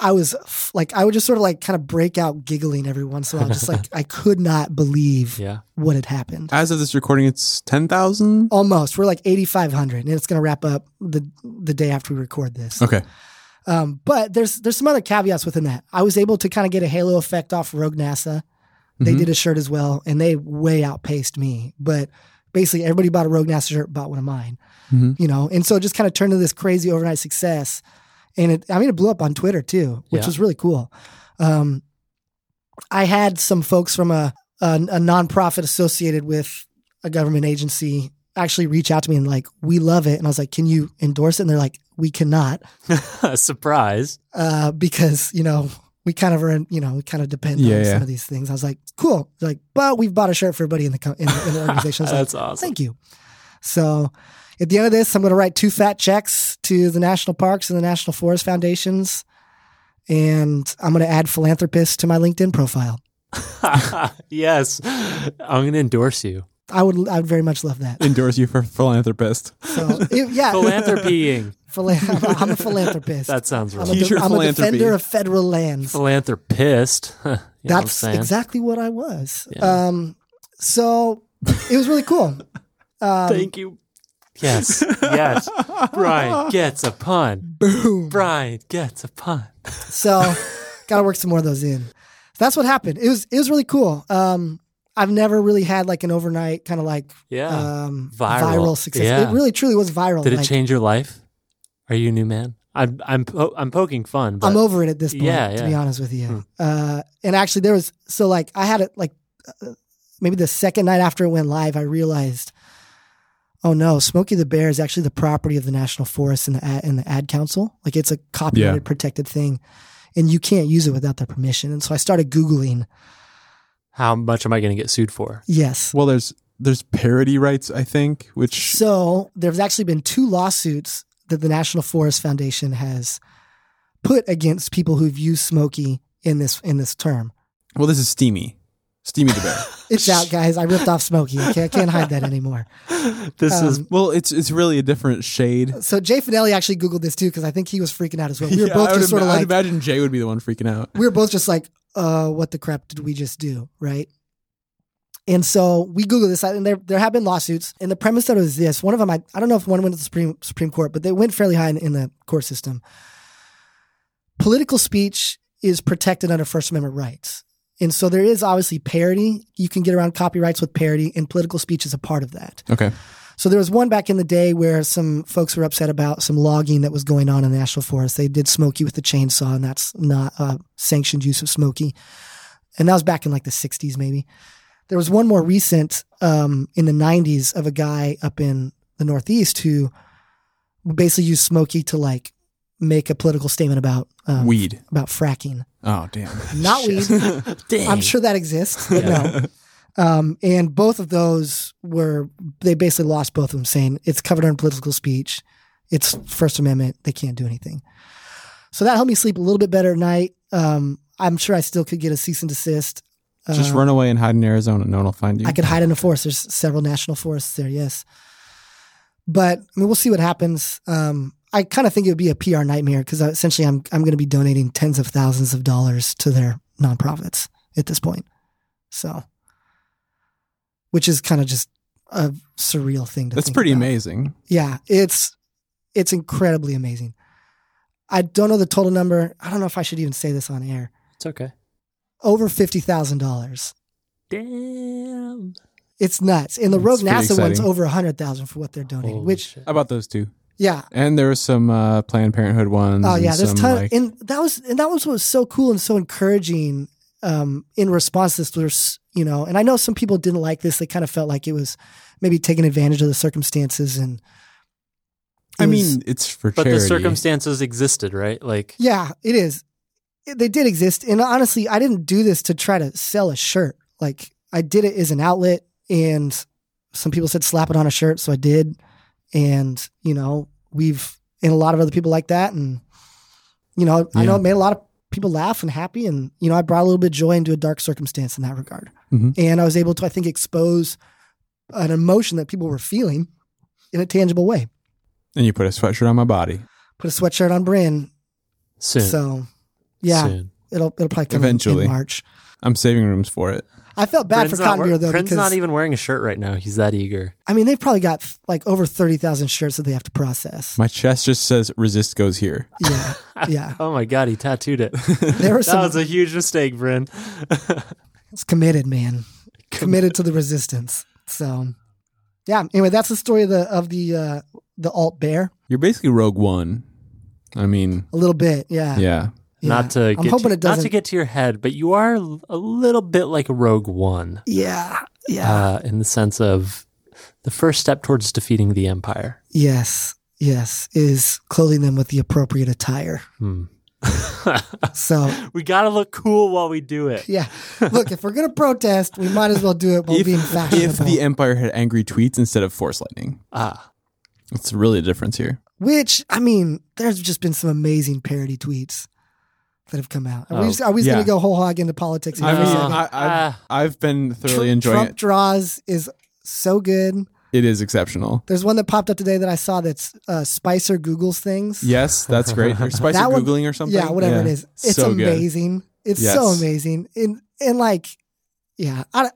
C: I was f- like, I would just sort of like kind of break out giggling every once in a while. Just like, I could not believe
B: yeah.
C: what had happened.
A: As of this recording, it's 10,000.
C: almost we're like 8500 and it's going to wrap up the the day after we record this
A: Okay.
C: um, but there's there's some other caveats within that i was able to kind of get a halo effect off rogue nasa they
A: Mhm.
C: did a shirt as well and they way outpaced me but basically everybody bought a rogue nasa shirt bought one of mine
A: Mhm.
C: you know and so it just kind of turned into this crazy overnight success and it i mean it blew up on twitter too which
B: Yeah.
C: was really cool um, i had some folks from a, a a nonprofit associated with a government agency actually reach out to me and like we love it and i was like can you endorse it and they're like we cannot
B: Surprise.
C: uh, because you know we kind of are in, you know we kind of depend
A: Yeah,
C: on
A: yeah.
C: some of these things i was like cool They're like but we've bought a shirt for everybody in the co- in the, in the organization I was like,
B: That's awesome.
C: Thank you. So at the end of this, I'm going to write two fat checks to the national parks and the national forest foundations. And I'm going to add philanthropist to my LinkedIn profile.
B: yes. I'm going to endorse you.
C: I would, I would very much love that.
A: Endorse you for philanthropist.
C: So it- yeah,
B: Philanthropying.
C: Philan- I'm a philanthropist.
B: That sounds
C: I'm,
B: wrong.
C: a, de-
A: T-shirt
C: I'm a
A: philanthropy.
C: defender of federal lands.
B: Philanthropist. you know what I'm
C: That's
B: saying?
C: exactly what I was.
B: Yeah.
C: Um, so it was really cool. Um,
B: you. Yes. Yes. Brian gets a pun.
C: boom.
B: Brian gets a pun.
C: So, gotta work some more of those in. That's what happened. It was it was really cool. Um, I've never really had like an overnight kind of like
B: Yeah.
C: um,
B: Viral.
C: success.
B: Yeah.
C: It really truly was viral.
B: Did it
C: Like,
B: change your life? Are you a new man? I'm I'm po- I'm poking fun, but
C: I'm over it at this point.
B: Yeah,
C: to
B: yeah. Hmm.
C: be honest with you. Uh, and actually, there was so like I had it like uh, maybe the second night after it went live, I realized, oh no, Smokey the Bear is actually the property of the National Forest and the ad, and the Ad Council. Like it's a copyrighted protected thing, and you can't use it without their permission. And so I started googling.
B: how much am I going to get sued for?
C: Yes,
A: Well, there's there's parody rights, I think, which
C: So there's actually been two lawsuits that the National Forest Foundation has put against people who've used Smokey in this in this term.
A: well, this is Steamy, Steamy the Bear.
C: It's out, guys. I ripped off Smokey. Okay, I can't hide that anymore.
B: This is
C: Um, Uh,
A: well, it's it's really a different shade.
C: So Jay Finelli actually googled this too because I think he was freaking out as well. We were both
A: I would
C: just sort of
A: ima- I'd
C: like
A: imagine Jay would be the one freaking out.
C: we were both just like, uh, what the crap did we just do? Right? And so we Googled this, and there, there have been lawsuits. And the premise that was this one of them, I, I don't know if one went to the Supreme, Supreme Court, but they went fairly high in, in the court system. Political speech is protected under First Amendment rights. And so there is obviously parody. You can get around copyrights with parody, and political speech is a part of that.
A: Okay.
C: So there was one back in the day where some folks were upset about some logging that was going on in the national forest. They did Smokey with the chainsaw, and that's not a sanctioned use of Smokey. And that was back in like the 60s, maybe. There was one more recent um, in the 90s of a guy up in the Northeast who basically used Smokey to like make a political statement about um,
A: Weed.
C: about fracking,
A: Oh damn.
C: not weed. I'm sure that exists, but no. Um, and both of those were they basically lost both of them, saying it's covered under political speech, it's First Amendment, they can't do anything. So that helped me sleep a little bit better at night. Um, I'm sure I still could get a cease and desist.
A: Just
C: Uh,
A: run away and hide in Arizona. No one will find you.
C: I could hide in a forest. There's several national forests there. Yes, but I mean, we'll see what happens. Um, I kind of think it would be a PR nightmare because essentially I'm I'm going to be donating tens of thousands of dollars to their nonprofits at this point. So, which is kind of just a surreal thing to.
A: That's
C: think
A: pretty
C: about.
A: amazing.
C: Yeah, it's it's incredibly amazing. I don't know the total number. I don't know if I should even say this on air.
B: It's okay.
C: Over fifty thousand dollars.
B: Damn.
C: It's nuts. And the
A: It's
C: Rogue
A: pretty
C: NASA one's
A: exciting.
C: over a hundred thousand for what they're donating.
B: Holy
C: which
B: shit.
A: How about those two?
C: yeah.
A: And there was some uh, Planned Parenthood ones.
C: Oh
A: and
C: yeah, there's
A: Mm-hmm. some,
C: ton
A: like-
C: and that was and that was what was so cool and so encouraging um in response to this there's you know, and I know some people didn't like this. They kind of felt like it was maybe taking advantage of the circumstances and it
A: I
C: was-
A: mean, it's for
B: But
A: charity.
B: the circumstances existed, right? Like,
C: Yeah, it is. It- They did exist. And honestly, I didn't do this to try to sell a shirt. Like, I did it as an outlet, and some people said slap it on a shirt. So I did. And, you know, we've, and a lot of other people like that. And, you know, I know
A: Yeah.
C: it made a lot of people laugh and happy. And, you know, I brought a little bit of joy into a dark circumstance in that regard.
A: Mhm.
C: And I was able to, I think, expose an emotion that people were feeling in a tangible way.
A: and you put a sweatshirt on my body.
C: Put a sweatshirt on Bryn.
B: soon.
C: So, yeah
B: Soon.
C: it'll it'll probably come
A: Eventually.
C: in March.
A: I'm saving rooms for it.
C: I felt bad
B: Prin's
C: for
B: not
C: Cotton
B: wear-
C: Beer though
B: Prin's
C: because
B: not even wearing a shirt right now. He's that eager.
C: I mean they've probably got like over thirty thousand shirts that they have to process.
A: My chest just says resist goes here.
C: Yeah, yeah,
B: Oh my God, he tattooed it.
C: there were
B: that
C: some
B: was a huge mistake, Bryn.
C: it's committed man, committed to the resistance. So yeah, anyway, that's the story of the of the uh, the alt bear
A: You're basically Rogue One. I mean,
C: a little bit. Yeah,
A: yeah.
C: yeah.
B: Not to
C: I'm
B: get
C: hoping
B: to,
C: it doesn't.
B: not to get to your head, but you are a little bit like Rogue One
C: yeah, yeah,
B: uh, in the sense of the first step towards defeating the Empire.
C: yes, yes. Is clothing them with the appropriate attire.
B: Hmm.
C: So
B: we gotta look cool while we do it.
C: yeah, look, if we're gonna protest, we might as well do it while
A: if,
C: being fashionable.
A: if the Empire had angry tweets instead of force lightning,
B: Ah,
A: it's really a difference here.
C: Which I mean, there's just been some amazing parody tweets that have come out. Are we,
B: Oh,
C: just, are we just
A: yeah.
C: going to go whole hog into politics?
A: I
C: here for a
A: mean,
C: second?
A: I, I've,
B: Ah.
A: I've been thoroughly
C: Uh, Tr-
A: enjoying
C: Trump
A: it.
C: draws is so good.
A: It is exceptional.
C: There's one that popped up today that I saw that's uh, Spicer Googles things.
A: Yes, that's great. Or spicy
C: That one-
A: googling or something.
C: yeah, whatever it is. It's
A: So good.
C: amazing. It's so
A: Yes.
C: amazing. And and like, yeah, I, don't-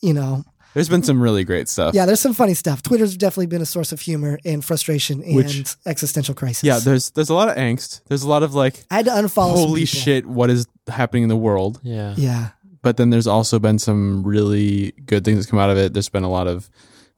C: you know,
A: There's been some really great stuff.
C: yeah. There's some funny stuff. Twitter's definitely been a source of humor and frustration and
A: Which-
C: existential crisis.
A: Yeah, there's there's a lot of angst. There's a lot of like,
C: I had to unfollow. some
A: holy
C: people.
A: shit, what is happening in the world?
B: yeah.
C: Yeah.
A: but then there's also been some really good things that come out of it. There's been a lot of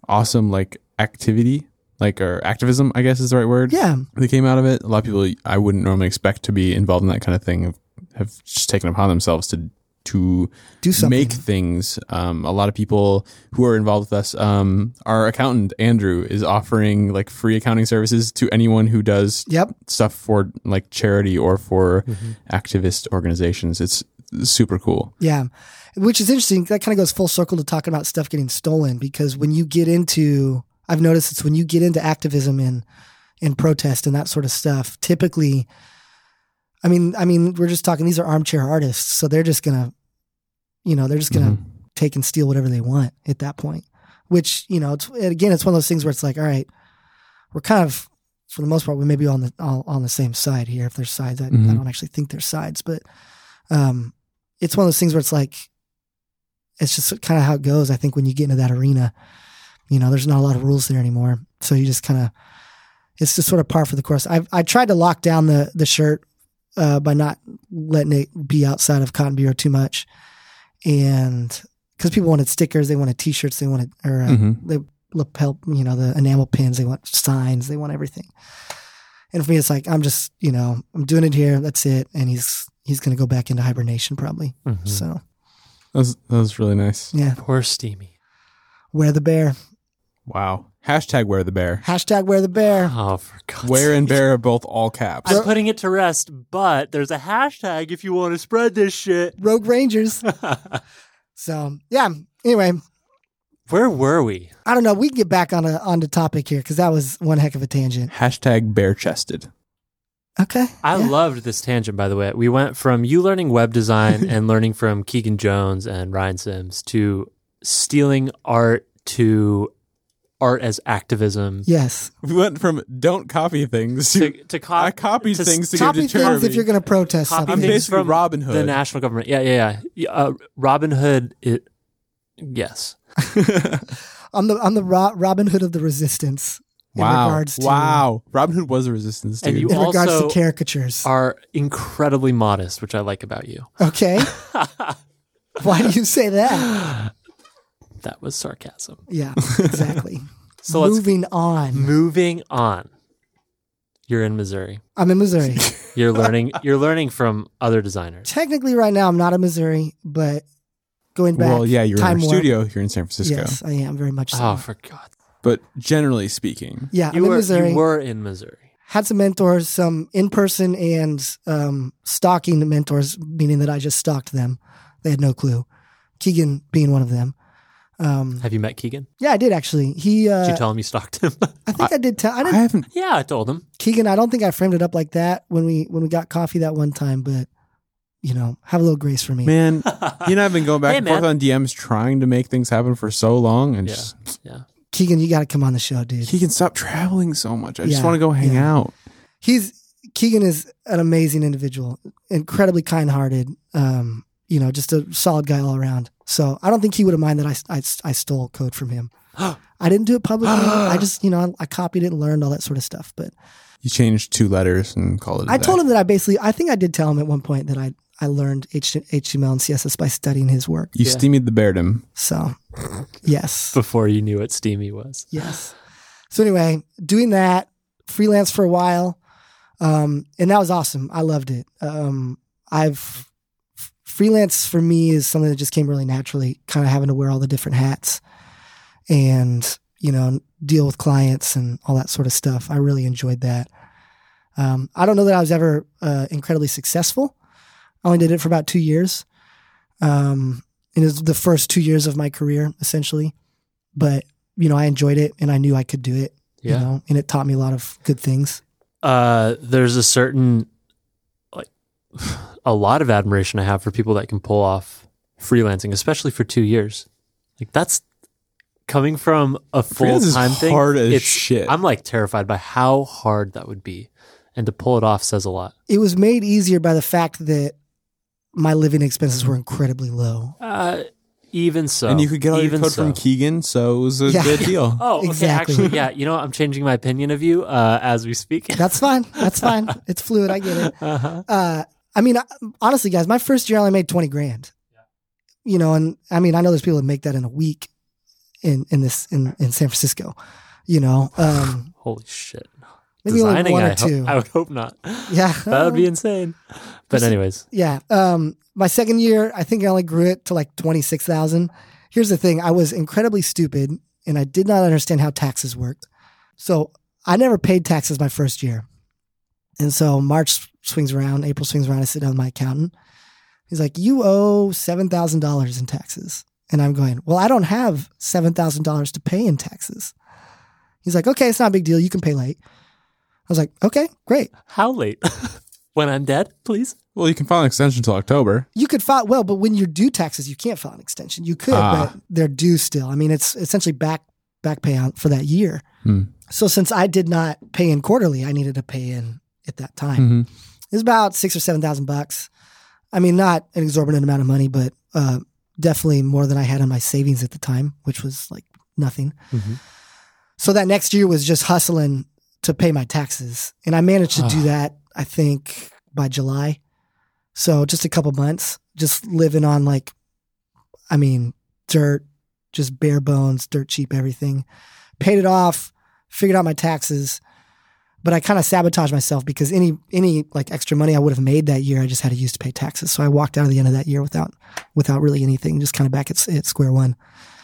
A: awesome like activity, like or activism, I guess is the right word.
C: Yeah.
A: That came out of it. A lot of people I wouldn't normally expect to be involved in that kind of thing have, have just taken upon themselves to to
C: Do something.
A: make things. Um, a lot of people who are involved with us, um, our accountant Andrew is offering like free accounting services to anyone who does
C: Yep.
A: stuff for like charity or for
C: Mm-hmm.
A: activist organizations. It's super cool.
C: Yeah. Which is interesting. That kind of goes full circle to talking about stuff getting stolen because when you get into, I've noticed it's when you get into activism and, and protest and that sort of stuff, typically, I mean, I mean, we're just talking, these are armchair artists. So they're just going to, you know, they're just going to
A: Mhm.
C: take and steal whatever they want at that point, which, you know, it's, and again, it's one of those things where it's like, all right, we're kind of, for the most part, we may be on the, all on the same side here. If there's sides, I, I
A: Mhm.
C: don't actually think there's sides, but, um, it's one of those things where it's like it's just kind of how it goes. I think when you get into that arena, you know, there's not a lot of rules there anymore. So you just kind of, it's just sort of par for the course. I I tried to lock down the the shirt uh, by not letting it be outside of Cotton Bureau too much, and because people wanted stickers, they wanted T-shirts, they wanted or uh,
A: Mhm.
C: they lapel, you know, the enamel pins, they want signs, they want everything. And for me, it's like I'm just, you know, I'm doing it here. That's it. And he's he's gonna go back into hibernation probably.
B: Mhm.
C: So
A: That was, that was really nice.
C: yeah,
B: Poor Steamy.
C: wear the bear.
A: Wow. Hashtag wear the bear.
C: Hashtag wear the bear.
B: Oh, for God's
A: Wear
B: sake.
A: and bear are both all caps.
B: I'm putting it to rest, but there's a hashtag if you want to spread this shit.
C: Rogue Rangers. So yeah. Anyway,
B: Where were we?
C: I don't know. We can get back on a on the topic here because that was one heck of a tangent.
A: Hashtag bare chested.
C: Okay.
B: I
C: Yeah.
B: loved this tangent, by the way. We went from you learning web design and learning from Keegan Jones and Ryan Sims to stealing art to art as activism.
C: yes.
A: We went from don't copy things to
B: To, to cop,
A: I copy
B: to
A: things to give
C: Copy
A: to
C: things
A: charity.
C: if you're going to protest
B: Copy
A: I'm
C: something.
B: things
A: basically
B: from
A: Robin Hood.
B: the national government. Yeah, yeah, yeah. Uh, Robin Hood. It, yes.
C: I'm the I'm the Ro- Robin Hood of the resistance. In
A: wow.
C: regards to,
A: wow. Robin Hood was a resistance dude.
B: And you
C: In regards to
B: Also-
C: caricatures.
B: Are incredibly modest, which I like about you.
C: Okay. Why do you say that?
B: That was sarcasm.
C: Yeah. Exactly.
B: So let's
C: Moving on.
B: moving on. You're in Missouri.
C: I'm in Missouri.
B: You're learning. You're learning from other designers.
C: Technically, right now I'm not in Missouri, but going back.
A: well, yeah, you're in
C: time
A: our
C: warp.
A: studio here in San Francisco.
C: Yes, I am very much so.
B: Oh, for God!
A: But generally speaking,
C: yeah,
B: You
C: I'm
B: were
C: in Missouri.
B: you were in Missouri.
C: had some mentors, some in person and um, stalking mentors, meaning that I just stalked them. They had no clue. Keegan being one of them. Um,
B: Have you met Keegan?
C: yeah, I did actually. He,
B: Did you
C: uh,
B: tell him you stalked him?
C: I think I, did tell. I
A: I
C: didn't,
A: haven't.
B: yeah, I told him.
C: Keegan, I don't think I framed it up like that when we when we got coffee that one time, but you know, have a little grace for me.
A: Man, you know, I've been going back
B: Hey,
A: and forth
B: man.
A: on DMs trying to make things happen for so long, and
B: Yeah.
A: just,
B: Yeah.
C: Keegan, you got to come on the show, dude.
A: he can stop traveling so much. I just
C: Yeah,
A: want to go hang
C: yeah.
A: out.
C: he's Keegan is an amazing individual, incredibly kind-hearted. Um, you know, just a solid guy all around. So I don't think he would have minded that I, I, I stole code from him. I didn't do it publicly. I just, you know, I, I copied it and learned all that sort of stuff. But
A: You changed two letters and called it.
C: I told him that I basically, I think I did tell him at one point that I, I learned H- HTML and CSS by studying his work.
A: you
B: Yeah.
A: steamed the beardom.
C: So, yes.
B: Before you knew what steamy was.
C: Yes. So anyway, doing that freelance for a while, um, and that was awesome. I loved it. Um, I've f- freelance for me is something that just came really naturally, kind of having to wear all the different hats, and you know deal with clients and all that sort of stuff. I really enjoyed that. Um, I don't know that I was ever uh, incredibly successful. I only did it for about two years. Um, it was the first two years of my career, essentially. But you know, I enjoyed it and I knew I could do it.
B: Yeah.
C: You know, and it taught me a lot of good things.
B: uh, there's a certain like a lot of admiration I have for people that can pull off freelancing, especially for two years. Like that's coming from a full
A: Freelance is
B: time thing.
A: hard as shit.
B: I'm like terrified by how hard that would be, and to pull it off says a lot.
C: It was made easier by the fact that my living expenses were incredibly low.
B: Uh, even so,
A: and you could get all your
B: Oh, even
A: code
B: so.
A: from Keegan, so it was a
C: Yeah.
A: good deal.
B: Oh, okay.
C: Exactly.
B: Actually, yeah. You know, what? I'm changing my opinion of you uh, as we speak.
C: That's fine. That's fine. It's fluid. I get it.
B: Uh-huh.
C: Uh, I mean, I- honestly, guys, my first year I only made 20 grand. You know, and I mean, I know there's people that make that in a week in, in this, in, in San Francisco, you know, um,
B: Holy shit!
C: maybe only
B: Designing,
C: one
B: I,
C: or
B: hope-
C: two.
B: I would hope not.
C: yeah.
B: That would be insane. But anyways,
C: Yeah. Um, my second year, I think I only grew it to like 26,000. Here's the thing. I was incredibly stupid and I did not understand how taxes worked. So I never paid taxes my first year. And so March swings around, April swings around. I sit down with my accountant. He's like, you owe $7,000 in taxes. And I'm going, well, I don't have $7,000 to pay in taxes. He's like, okay, it's not a big deal. You can pay late. I was like, okay, great.
B: how late? when I'm dead, please.
A: Well, you can file an extension until October.
C: You could file well, but when you're due taxes, you can't file an extension. You could,
A: Ah.
C: but they're due still. I mean, it's essentially back back pay on for that year.
A: Hmm.
C: So since I did not pay in quarterly, I needed to pay in at that time.
A: Mhm.
C: It was about six or seven thousand bucks. I mean, not an exorbitant amount of money, but uh, definitely more than I had in my savings at the time, which was like nothing.
B: Mhm.
C: So that next year was just hustling to pay my taxes. And I managed to do
B: Ah.
C: that, I think, by July. So just a couple months, just living on like, I mean, dirt, just bare bones, dirt cheap, everything. Paid it off, figured out my taxes. But I kind of sabotaged myself because any any like extra money I would have made that year, I just had to use to pay taxes. So I walked out of the end of that year without without really anything, just kind of back at, at square one.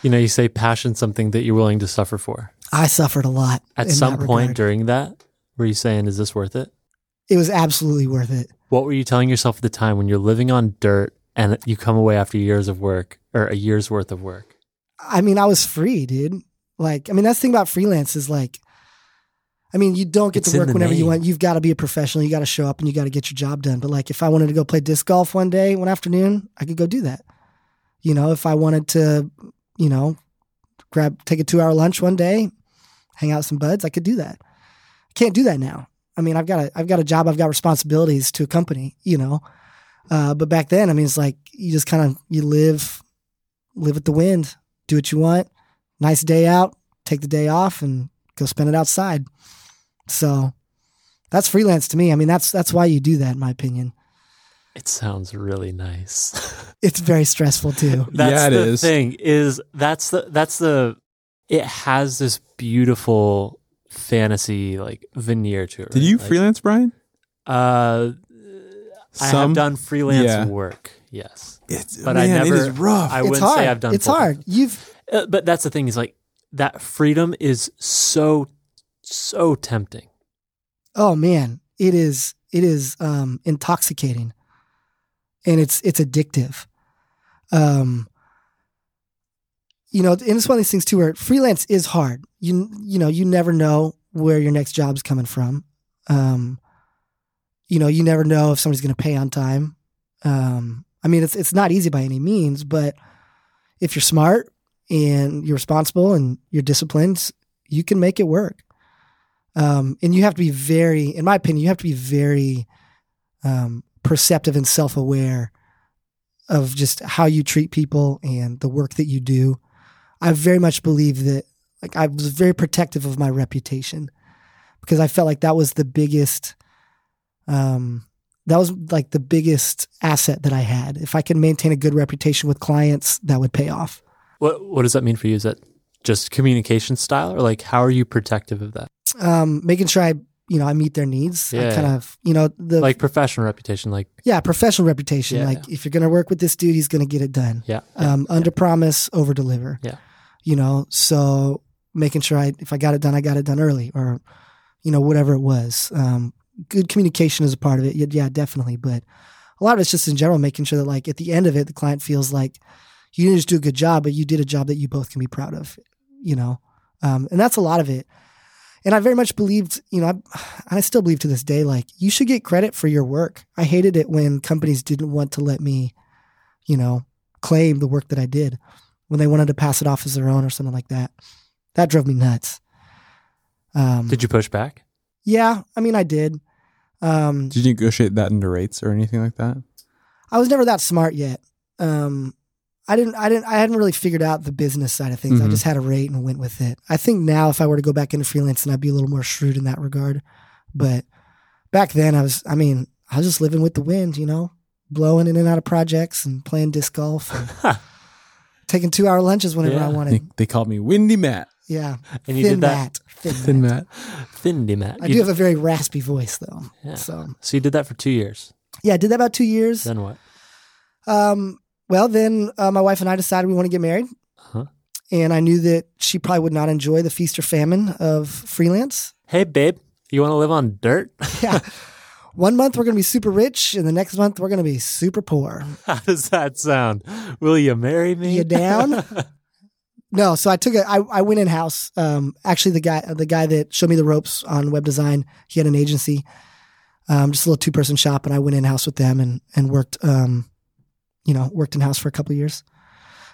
B: You know, you say passion something that you're willing to suffer for.
C: I suffered a lot.
B: At
C: in
B: some
C: that
B: point
C: regard.
B: during that, were you saying, "Is this worth it?"
C: it was absolutely worth it.
B: What were you telling yourself at the time when you're living on dirt and you come away after years of work or a year's worth of work?
C: I mean, I was free, dude. Like, I mean, that's the thing about freelance is like, I mean, you don't get
B: It's
C: to
B: in
C: work
B: the
C: whenever you
B: name.
C: want. You've got to be a professional. You got to show up and you got to get your job done. But like, if I wanted to go play disc golf one day, one afternoon, I could go do that. You know, if I wanted to, you know, grab, take a two hour lunch one day, hang out with some buds, I could do that. I can't do that now. I mean, I've got a, I've got a job. I've got responsibilities to a company, you know. Uh, but back then, I mean, it's like you just kind of, you live, live with the wind do what you want. Nice day out, take the day off and go spend it outside. So that's freelance to me. I mean, that's that's why you do that in my opinion.
B: It sounds really nice.
C: It's very stressful too.
B: that's
A: Yeah, it
B: the
A: is.
B: thing is that's the that's the it has this beautiful fantasy like veneer to it.
A: Did
B: right?
A: you
B: Like,
A: freelance, Brian?
B: Uh, I have done freelance
A: Yeah.
B: work. Yes,
A: It's,
B: but I
A: man,
B: never-
A: It is rough.
B: I
C: it's
B: wouldn't
C: hard.
B: say I've done.
C: it's
B: full-time.
C: hard. You've
B: Uh, but that's the thing is like that freedom is so so tempting.
C: oh man, it is it is um intoxicating. And it's it's addictive. Um you know, and it's one of these things too where freelance is hard. You you know, you never know where your next job's coming from. Um, you know, you never know if somebody's going to pay on time. Um, I mean, it's it's not easy by any means, but if you're smart and you're responsible and you're disciplined, you can make it work. Um, and you have to be very, in my opinion, you have to be very um, perceptive and self aware of just how you treat people and the work that you do. I very much believe that, like, I was very protective of my reputation because I felt like that was the biggest um, that was like the biggest asset that I had. If I could maintain a good reputation with clients, that would pay off.
B: What what does that mean for you? Is that just communication style, or like how are you protective of that?
C: Um, making sure I, you know, I meet their needs. I
B: Yeah.
C: kind of, you know, the
B: Like professional reputation, like
C: yeah, professional reputation.
B: Yeah,
C: like if you're going to work with this dude, he's going to get it done.
B: yeah,
C: um, under promise, over deliver.
B: Yeah.
C: You know, so making sure I, if I got it done, I got it done early or, you know, whatever it was. Um, good communication is a part of it. Yeah, yeah, definitely. But a lot of it's just in general, making sure that like at the end of it, the client feels like you didn't just do a good job, but you did a job that you both can be proud of, you know? Um, and that's a lot of it. And I very much believed, you know, I, I still believe to this day, like you should get credit for your work. I hated it when companies didn't want to let me, you know, claim the work that I did when they wanted to pass it off as their own or something like that. That drove me nuts. Um,
B: Did you push back?
C: yeah, I mean, I did. Um,
A: Did you negotiate that into rates or anything like that?
C: I was never that smart yet. Um, I didn't, I didn't, I hadn't really figured out the business side of things. I
B: Mm-hmm.
A: Mhm.
C: just had a rate and went with it. I think now if I were to go back into freelancing, I'd be a little more shrewd in that regard. But back then I was, I mean, I was just living with the wind, you know, blowing in and out of projects and playing disc golf and taking two hour lunches whenever
B: Yeah.
C: I
A: They,
C: wanted.
A: they called me Windy Matt.
C: Yeah.
B: and you did that
C: Matt. Thin,
A: Thin
C: Matt.
A: Matt.
B: Findy Matt.
C: I
B: You
C: do
B: did-
C: have a very raspy voice though.
B: Yeah.
C: So
B: so you did that for two years.
C: yeah, I did that about two years.
B: Then what?
C: Um, well, then uh, my wife and I decided we want to get married.
B: Huh?
C: And I knew that she probably would not enjoy the feast or famine of freelance.
B: Hey, babe, you want to live on dirt?
C: Yeah. One month we're going to be super rich, and the next month we're going to be super poor.
B: How does that sound? Will you marry me?
C: You down? No, so I took a, I, I went in house. Um, actually, the guy the guy that showed me the ropes on web design, he had an agency, um, just a little two person shop, and I went in house with them and and worked, um, you know, worked in house for a couple of years,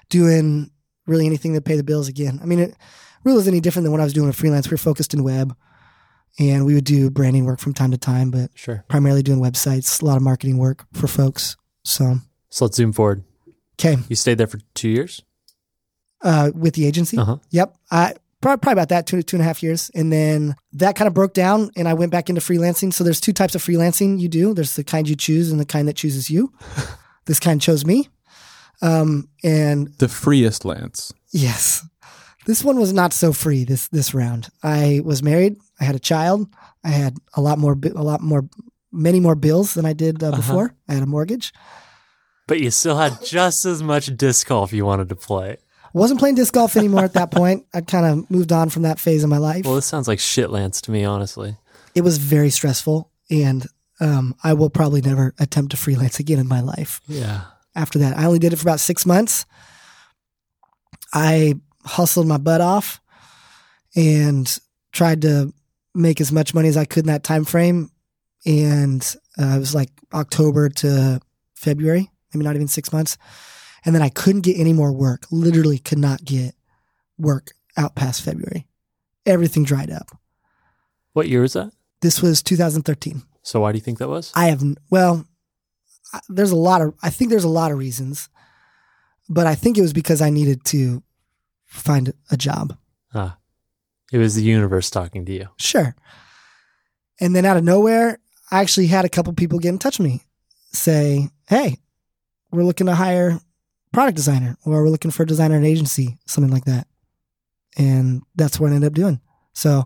C: doing really anything that pay the bills. Again, I mean, it really was any different than what I was doing with freelance. We were focused in web, and we would do branding work from time to time, but
B: sure.
C: primarily doing websites, a lot of marketing work for folks. So
B: So let's zoom forward.
C: Okay.
D: You stayed there for two years.
C: Uh, with the agency.
B: Uh-huh.
C: Yep. I probably, probably about that two two and a half years, and then that kind of broke down, and I went back into freelancing. So there's two types of freelancing you do. There's the kind you choose, and the kind that chooses you. this kind chose me. Um, and
A: The freest Lance.
C: Yes. This one was not so free this this round. I was married, I had a child, I had a lot more bi- a lot more many more bills than I did
B: Uh-huh.
C: uh, before. I had a mortgage.
B: But you still had just as much disc golf you wanted to play.
C: I wasn't playing disc golf anymore at that point. I kind of moved on from that phase of my life.
B: Well, this sounds like shit Lance to me, honestly.
C: it was very stressful and um, I will probably never attempt to freelance again in my life.
B: Yeah.
C: after that. I only did it for about six months. I hustled my butt off and tried to make as much money as I could in that time frame. And uh, it was like October to February, maybe not even six months. And then I couldn't get any more work. Literally, could not get work out past February. Everything dried up.
B: What year was that?
C: This was 2013.
B: So why do you think that was?
C: I have n- well, I- there's a lot of I think there's a lot of reasons, but I think it was because I needed to find a job.
B: It was the universe talking to you.
C: Sure. And then out of nowhere, I actually had a couple people get in touch with me, say, "Hey, we're looking to hire product designer, or we're looking for a designer at an agency, something like that." And that's what I ended up doing. So,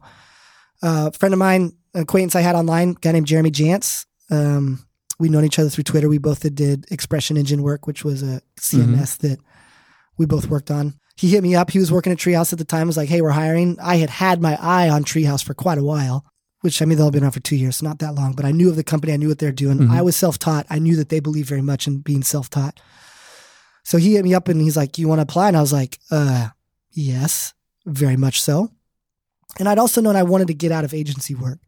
C: uh, a friend of mine, an acquaintance I had online, a guy named Jeremy Jantz. Um, we known each other through Twitter. We both did Expression Engine work, which was a CMS that we both worked on. He hit me up. He was working at Treehouse at the time. Was like, "Hey, we're hiring." I had had my eye on Treehouse for quite a while, which I mean, they'll have been around for two years, so not that long. But I knew of the company. I knew what they're doing. I was self-taught. I knew that they believed very much in being self-taught. So he hit me up and he's like, "You want to apply?" And I was like, "Uh, yes, very much so." And I'd also known I wanted to get out of agency work.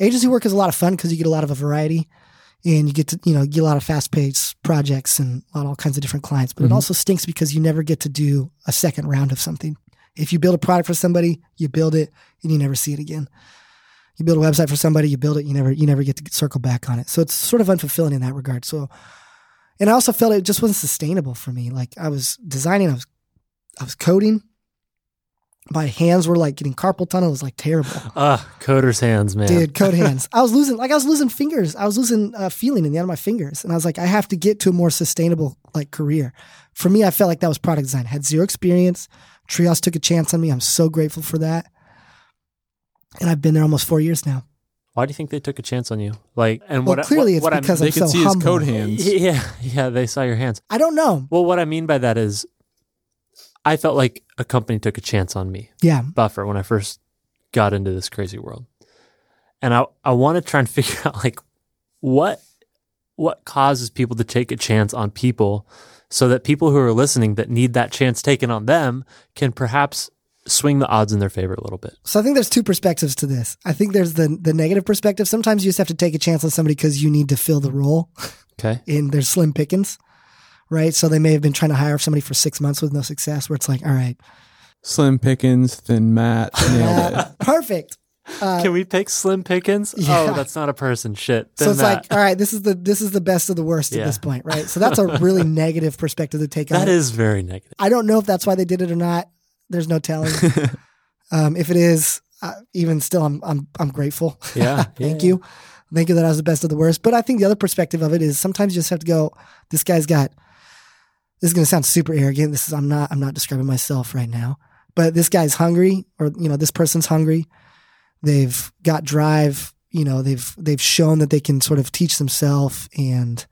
C: Agency work is a lot of fun because you get a lot of a variety and you get to, you know, get a lot of fast paced projects and a lot of all kinds of different clients. But
A: Mhm.
C: it also stinks because you never get to do a second round of something. If you build a product for somebody, you build it and you never see it again. You build a website for somebody, you build it, you never, you never get to circle back on it. So it's sort of unfulfilling in that regard. So, and I also felt it just wasn't sustainable for me. Like I was designing, I was, I was coding. My hands were like getting carpal tunnel. It was like terrible.
B: Ah, coder's hands, man.
C: Dude, code hands. I was losing, like, I was losing fingers. I was losing uh, feeling in the end of my fingers. And I was like, I have to get to a more sustainable, like, career. For me, I felt like that was product design. Had zero experience. Trios took a chance on me. I'm so grateful for that. And I've been there almost four years now.
B: Why do you think they took a chance on you? Like, and
C: Well,
B: what? I-
C: clearly
B: what-
C: it's
B: what I'm-
C: because I'm,
A: They could
C: so
A: see
C: humble.
A: his code hands.
B: yeah, yeah, they saw your hands.
C: I don't know.
B: Well, what I mean by that is, I felt like a company took a chance on me,
C: Yeah.
B: Buffer, when I first got into this crazy world, and I I want to try and figure out like what what causes people to take a chance on people, so that people who are listening that need that chance taken on them can perhaps swing the odds in their favor a little bit.
C: So I think there's two perspectives to this. I think there's the the negative perspective. Sometimes you just have to take a chance on somebody because you need to fill the role.
B: Okay.
C: in their slim pickings, right? So they may have been trying to hire somebody for six months with no success, where it's like, all right,
A: Slim Pickens, Thin Matt, nailed it.
C: uh, perfect. Uh,
B: Can we pick Slim Pickens?
C: Yeah.
B: Oh, that's not a person. Shit.
C: so
B: Then
C: it's
B: that,
C: like, all right, this is the this is the best of the worst
B: Yeah.
C: at this point, right? So that's a really negative perspective to take on.
B: that
C: it.
B: is very negative.
C: I don't know if that's why they did it or not. There's no telling. um, if it is, uh, even still, I'm I'm I'm grateful.
B: Yeah.
C: Thank you. Thank you that I was the best of the worst. But I think the other perspective of it is sometimes you just have to go, this guy's got this is gonna sound super arrogant. This is I'm not I'm not describing myself right now. But this guy's hungry or you know, this person's hungry. They've got drive, you know, they've they've shown that they can sort of teach themselves and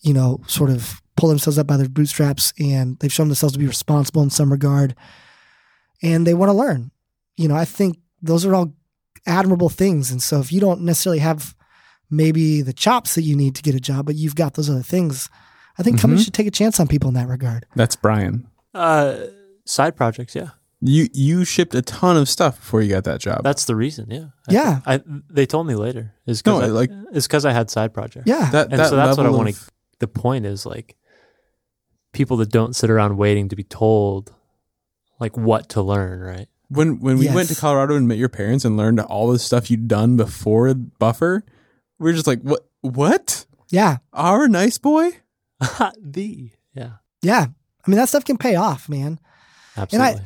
C: you know, sort of pull themselves up by their bootstraps and they've shown themselves to be responsible in some regard and they want to learn. You know, I think those are all admirable things. And so if you don't necessarily have maybe the chops that you need to get a job, but you've got those other things, I think companies should take a chance on people in that regard.
A: That's Brian.
B: Uh, side projects. Yeah.
A: You you shipped a ton of stuff before you got that job.
B: That's the reason. Yeah. I
C: Yeah.
B: think- I, they told me later. Is
A: No,
B: because I,
A: like-
B: like, is because I had side projects.
C: Yeah.
A: that,
B: And so that's what I
A: level
B: want
A: of-
B: to. The point is like people that don't sit around waiting to be told like what to learn. Right.
A: When when we went to
C: Yes.
A: Colorado and met your parents and learned all the stuff you'd done before Buffer, we were just like, what? What?
C: yeah.
A: Our nice boy?
B: the Yeah,
C: Yeah. I mean, that stuff can pay off, man.
B: absolutely.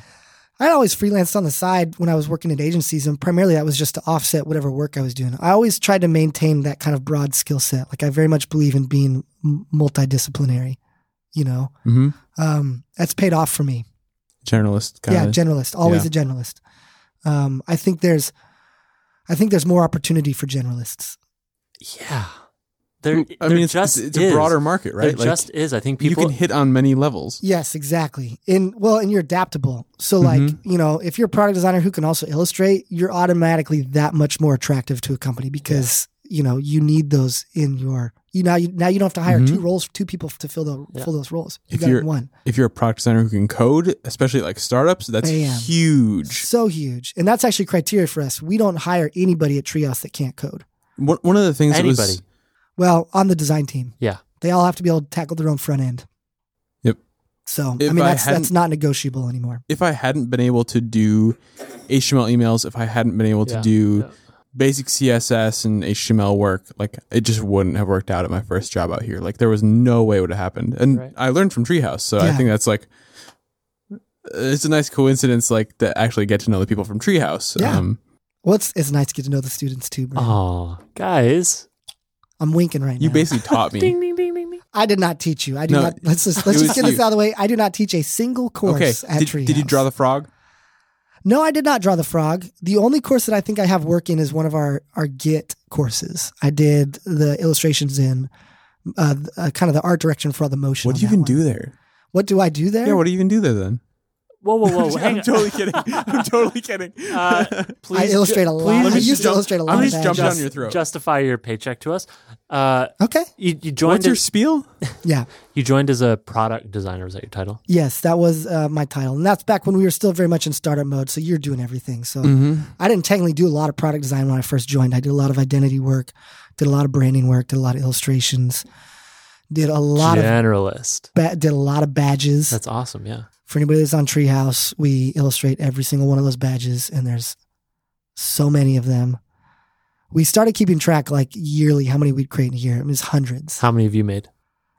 C: I'd always freelanced on the side when I was working at agencies, and primarily that was just to offset whatever work I was doing. I always tried to maintain that kind of broad skill set. Like, I very much believe in being m- multidisciplinary, you know?
A: Mm-hmm.
C: Um, that's paid off for me.
A: Journalist kind
C: yeah,
A: of.
C: generalist, always a generalist. Um, I think there's, I think there's more opportunity for generalists.
B: yeah, there.
A: I
B: there
A: mean, it's,
B: just
A: it's, it's
B: is.
A: a broader market,
B: There
A: right? Like
B: just is. I think
A: you
B: people.
A: can hit on many levels.
C: Yes, exactly. In well, and you're adaptable. So like, you know, if you're a product designer who can also illustrate, you're automatically that much more attractive to a company because, you know, you need those in your you now you now you don't have to hire
A: Mhm.
C: two roles, two people to fill the
B: Yeah.
C: fill those roles. You
A: If
C: got
A: you're-
C: one.
A: If you're a product designer who can code, especially like startups, that's
C: Bam.
A: huge.
C: So huge. And that's actually criteria for us. We don't hire anybody at Trios that can't code.
A: One, one of the things that was
B: Anybody.
C: Well, on the design team.
B: Yeah.
C: They all have to be able to tackle their own front end.
A: Yep.
C: So
A: If
C: I mean
A: I
C: that's that's
A: hadn't-
C: not negotiable anymore.
A: if I hadn't been able to do HTML emails, if I hadn't been able
B: Yeah,
A: to do
B: yeah.
A: basic CSS and HTML work, like it just wouldn't have worked out at my first job out here. Like there was no way it would have happened. And
B: Right.
A: I learned from Treehouse, so I
C: Yeah.
A: think that's like it's a nice coincidence, like to actually get to know the people from Treehouse.
C: Yeah.
A: Um,
C: Well it's, it's nice to get to know the students too, bro.
B: oh, guys.
C: I'm winking right
A: you
C: now.
A: basically taught me.
B: Ding ding ding ding ding.
C: I did not teach you. I do
A: No,
C: not. Let's just let's
A: it was
C: just get this
A: you.
C: out of the way. I do not teach a single course
A: Okay,
C: at
A: did,
C: Treehouse.
A: did you draw the frog?
C: No, I did not draw the frog. The only course that I think I have working is one of our our Git courses. I did the illustrations in uh, uh, kind of the art direction for all the motion.
A: What
C: on
A: do you
C: that
A: even
C: one.
A: do there?
C: What do I do there?
A: Yeah, what do you even do there then?
B: Whoa whoa whoa! hang
A: I'm
B: on.
A: totally kidding. I'm totally kidding.
B: Uh, please,
C: I
B: ju-
C: illustrate a lot.
B: please
A: Let me
C: I used
A: just
C: to
A: jump-
C: illustrate a
A: I'm
C: lot.
A: just
C: of
A: jumping
C: bad
A: down your throat.
B: justify your paycheck to us. Uh,
C: Okay.
B: you, you joined.
A: What's your
B: As,
A: spiel?
C: Yeah.
B: you joined as a product designer. Was that your title?
C: Yes, that was uh, my title, and that's back when we were still very much in startup mode. So you're doing everything.
B: Uh,
C: So
B: Mm.
A: Mm-hmm.
C: I didn't technically do a lot of product design when I first joined. I did a lot of identity work, did a lot of branding work, did a lot of illustrations, did a lot of
B: Generalist.
C: ba- did a lot of badges.
B: That's awesome. Yeah.
C: For anybody that's on Treehouse, we illustrate every single one of those badges, and there's so many of them. We started keeping track like yearly how many we'd create in a year. It was hundreds.
B: How many have you made?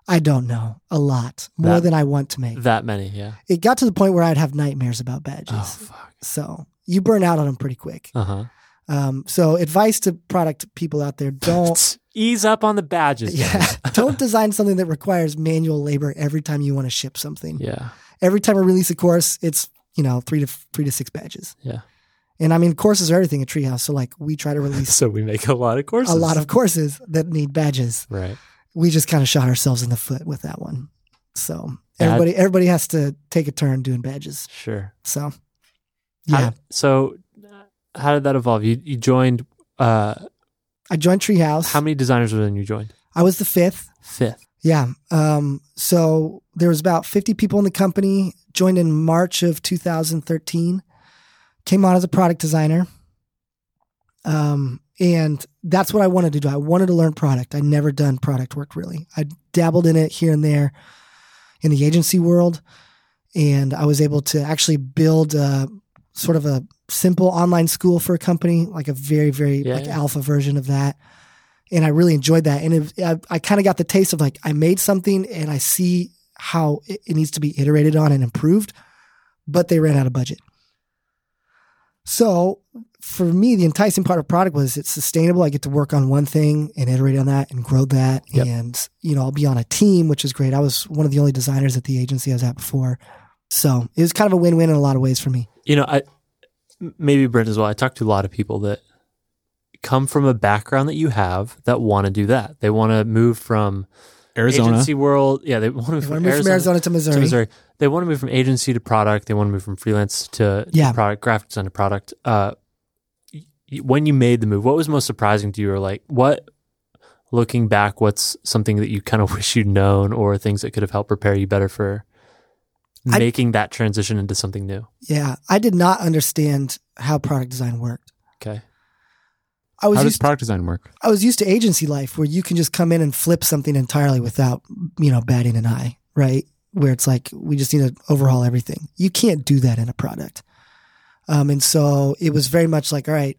C: I don't know. A lot. More
B: That-
C: than I want to make.
B: That many. Yeah.
C: It got to the point where I'd have nightmares about badges.
B: Oh fuck.
C: So you burn out on them pretty quick.
B: Uh huh.
C: Um, so advice to product people out there: don't,
B: Ease up on the badges.
C: yeah,
B: guys.
C: don't design something that requires manual labor every time you want to ship something.
B: Yeah.
C: Every time I release a course, it's you know three to three to six badges.
B: Yeah.
C: and I mean courses are everything at Treehouse. So like we try to release
B: So we make a lot of courses.
C: a lot of courses that need badges.
B: Right.
C: We just kind of shot ourselves in the foot with that one. So
B: Yeah, I-
C: everybody everybody has to take a turn doing badges.
B: Sure.
C: So
B: How-
C: yeah,
B: so, uh, how did that evolve? You you joined. Uh,
C: I joined Treehouse.
B: how many designers were in you joined?
C: I was the fifth.
B: Fifth.
C: Yeah. Um, so there was about 50 people in the company, joined in March of 2013, came on as a product designer. Um, and that's what I wanted to do. I wanted to learn product. I'd never done product work really. I dabbled in it here and there in the agency world. And I was able to actually build a sort of a simple online school for a company, like a very, very
B: Yeah,
C: like
B: yeah.
C: alpha version of that and I really enjoyed that. And it, I, I kind of got the taste of like I made something and I see how it, it needs to be iterated on and improved, but they ran out of budget. So for me, the enticing part of product was it's sustainable. I get to work on one thing and iterate on that and grow that,
B: Yep.
C: and you know I'll be on a team, which is great. I was one of the only designers at the agency I was at before. So it was kind of a win-win in a lot of ways for me.
B: you know, I m- maybe Brent as well. I talk to a lot of people that come from a background that you have that want to do that. They want to move from
A: Arizona.
B: agency world. Yeah, they want to move,
C: I
B: from,
C: want to move
B: Arizona
C: from Arizona to Missouri.
B: to Missouri. They want to move from agency to product. They want to move from freelance to, to
C: Yeah.
B: product, graphic design to product. Uh, y- y- when you made the move, what was most surprising to you, or like what? Looking back, what's something that you kind of wish you'd known, or things that could have helped prepare you better for
C: I-
B: making that transition into something new?
C: Yeah, I did not understand how product design worked.
B: Okay,
C: I was
A: How
C: used
A: does product design work?
C: I was used to agency life where you can just come in and flip something entirely without, you know, batting an eye, right? Where it's like, we just need to overhaul everything. You can't do that in a product. Um, and so it was very much like, all right,